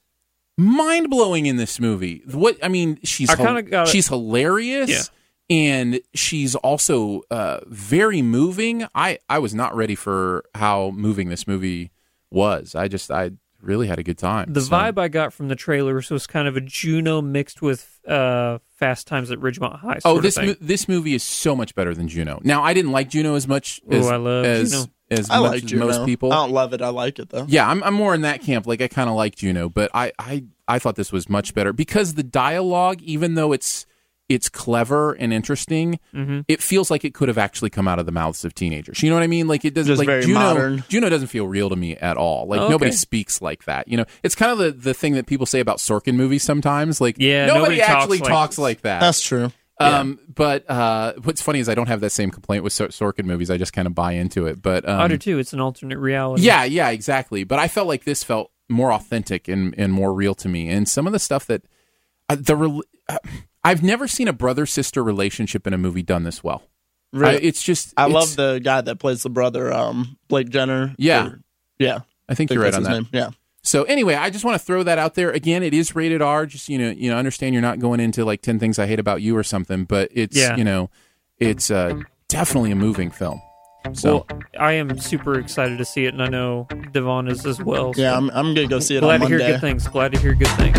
Speaker 1: mind blowing in this movie. What I mean, she's
Speaker 2: I
Speaker 1: hil-
Speaker 2: kinda got-
Speaker 1: she's hilarious. And she's also uh, very moving. I, I was not ready for how moving this movie was. I just I really had a good time.
Speaker 2: The
Speaker 1: So-
Speaker 2: vibe I got from the trailers was kind of a Juno mixed with uh, Fast Times at Ridgemont High. Sort
Speaker 1: Oh, this
Speaker 2: of thing.
Speaker 1: mo- this movie is so much better than Juno. Now I didn't like Juno as much
Speaker 2: Ooh,
Speaker 1: as
Speaker 2: I love
Speaker 1: as,
Speaker 2: Juno.
Speaker 1: as
Speaker 3: I
Speaker 1: much
Speaker 3: like
Speaker 1: as
Speaker 3: Juno.
Speaker 1: most people.
Speaker 3: I don't love it. I like it though.
Speaker 1: Yeah, I'm, I'm more in that camp. Like I kind of like Juno, but I, I I thought this was much better because the dialogue, even though it's it's clever and interesting,
Speaker 2: Mm-hmm.
Speaker 1: it feels like it could have actually come out of the mouths of teenagers. You know what I mean? Like it doesn't
Speaker 3: Just
Speaker 1: like
Speaker 3: very
Speaker 1: Juno.
Speaker 3: modern.
Speaker 1: Juno doesn't feel real to me at all. Like
Speaker 2: Oh, Okay.
Speaker 1: nobody speaks like that. You know, it's kind of the the thing that people say about Sorkin movies sometimes. Like
Speaker 2: Yeah,
Speaker 1: nobody,
Speaker 2: nobody talks
Speaker 1: actually
Speaker 2: like
Speaker 1: talks
Speaker 2: this.
Speaker 1: like that.
Speaker 3: That's true.
Speaker 1: Um, but uh, what's funny is I don't have that same complaint with Sor- Sorkin movies. I just kind of buy into it. But um,
Speaker 2: Oh, I do too. It's an alternate reality.
Speaker 1: yeah, yeah, exactly. But I felt like this felt more authentic and and more real to me. And some of the stuff that uh, the rel uh, I've never seen a brother sister relationship in a movie done this well. I,
Speaker 3: Really.
Speaker 1: it's just
Speaker 3: I,
Speaker 1: it's-
Speaker 3: love the guy that plays the brother, um, Blake Jenner.
Speaker 1: Yeah.
Speaker 3: Or- yeah.
Speaker 1: I think you're right
Speaker 3: that's
Speaker 1: on
Speaker 3: his
Speaker 1: that.
Speaker 3: name. Yeah.
Speaker 1: So anyway, I just want to throw that out there. Again, it is rated R. Just you know, you know, understand you're not going into like ten things I hate about you or something. But it's
Speaker 2: Yeah.
Speaker 1: you know, it's uh, definitely a moving film. So.
Speaker 2: Well, I am super excited to see it, and I know Devon is as well. so
Speaker 3: Yeah. I'm, I'm gonna go see it
Speaker 2: glad
Speaker 3: on
Speaker 2: to hear
Speaker 3: Monday.
Speaker 2: good things. Glad to hear good things.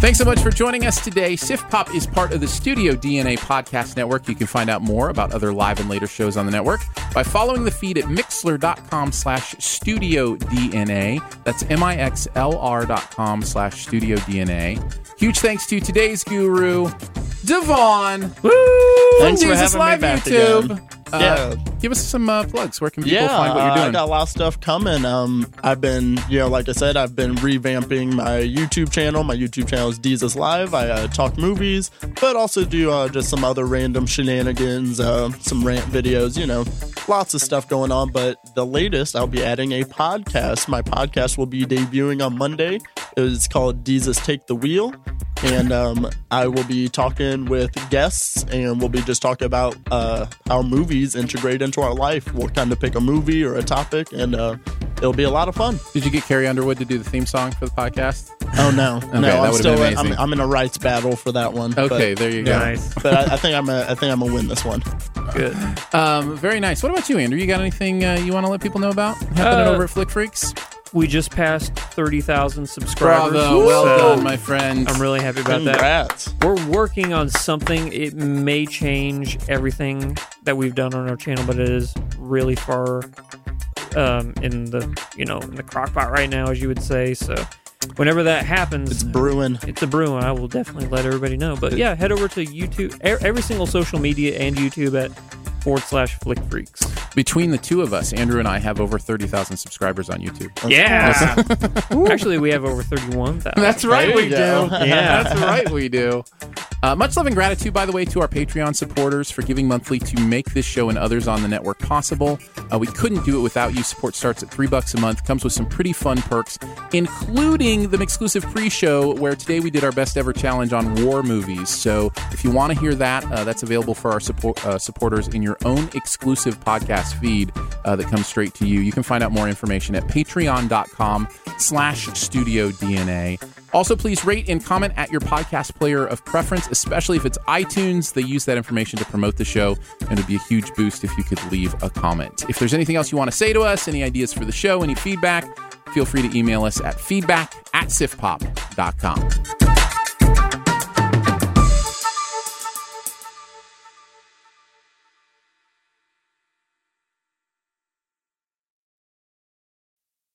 Speaker 1: Thanks so much for joining us today. Sif Pop is part of the Studio DNA Podcast Network. You can find out more about other live and later shows on the network by following the feed at mixler.com slash studio DNA. That's M-I-X-L-R dot com slash studio DNA. Huge thanks to today's guru, Devon. Woo!
Speaker 3: Thanks for
Speaker 1: Jesus
Speaker 3: having me
Speaker 1: Live
Speaker 3: back
Speaker 1: YouTube.
Speaker 3: again.
Speaker 1: Uh,
Speaker 3: Yeah.
Speaker 1: Give us some uh, plugs. Where can people
Speaker 3: yeah,
Speaker 1: find what
Speaker 3: uh,
Speaker 1: you're doing?
Speaker 3: I got a lot of stuff coming. Um, I've been, you know, like I said, I've been revamping my YouTube channel. My YouTube channel is Jesus Live. I uh, talk movies, but also do uh, just some other random shenanigans, uh, some rant videos. You know, lots of stuff going on. But the latest, I'll be adding a podcast. My podcast will be debuting on Monday. It's called Jesus Take the Wheel and um, I will be talking with guests, and we'll be just talking about uh, how movies integrate into our life. We'll kind of pick a movie or a topic, and uh, it'll be a lot of fun.
Speaker 1: Did you get Carrie Underwood to do the theme song for the podcast?
Speaker 3: Oh no, no,
Speaker 1: that
Speaker 3: I'm
Speaker 1: would've
Speaker 3: still
Speaker 1: been
Speaker 3: in, I'm,
Speaker 1: amazing.
Speaker 3: I'm in a rights battle for that one. but-
Speaker 1: Okay, there you go.
Speaker 2: Nice.
Speaker 3: but I, I think I'm a, I think I'm gonna win this one.
Speaker 2: Good.
Speaker 1: Um, very nice. What about you, Andrew? You got anything uh, you want to let people know about happening
Speaker 2: Uh,
Speaker 1: over at Flick Freaks?
Speaker 2: We just passed 30,000 subscribers.
Speaker 1: Bravo, well
Speaker 2: so
Speaker 1: done, my friend.
Speaker 2: I'm really happy about that.
Speaker 3: Congrats!
Speaker 2: We're working on something. It may change everything that we've done on our channel, but it is really far um, in the you know in the crock pot right now, as you would say. So whenever that happens,
Speaker 3: It's brewing.
Speaker 2: it's a brew, and I will definitely let everybody know. But yeah, head over to YouTube, e- every single social media and YouTube at forward slash Flick Freaks.
Speaker 1: Between the two of us, Andrew and I have over thirty thousand subscribers on YouTube.
Speaker 2: Yeah. Actually, we have over thirty-one thousand.
Speaker 1: That's right,
Speaker 3: There
Speaker 1: we
Speaker 3: you
Speaker 1: do.
Speaker 3: go.
Speaker 1: Yeah, that's right, we do. Uh, much love and gratitude, by the way, to our Patreon supporters for giving monthly to make this show and others on the network possible. Uh, we couldn't do it without you. Support starts at three bucks a month, comes with some pretty fun perks, including the exclusive pre-show where today we did our best ever challenge on war movies. So if you want to hear that, uh, that's available for our support, uh, supporters in your own exclusive podcast feed uh, that comes straight to you. You can find out more information at patreon.com slash studio DNA. Also, please rate and comment at your podcast player of preference, especially if it's iTunes. They use that information to promote the show, and it'd be a huge boost if you could leave a comment. If there's anything else you want to say to us, any ideas for the show, any feedback, feel free to email us at feedback at sifpop.com.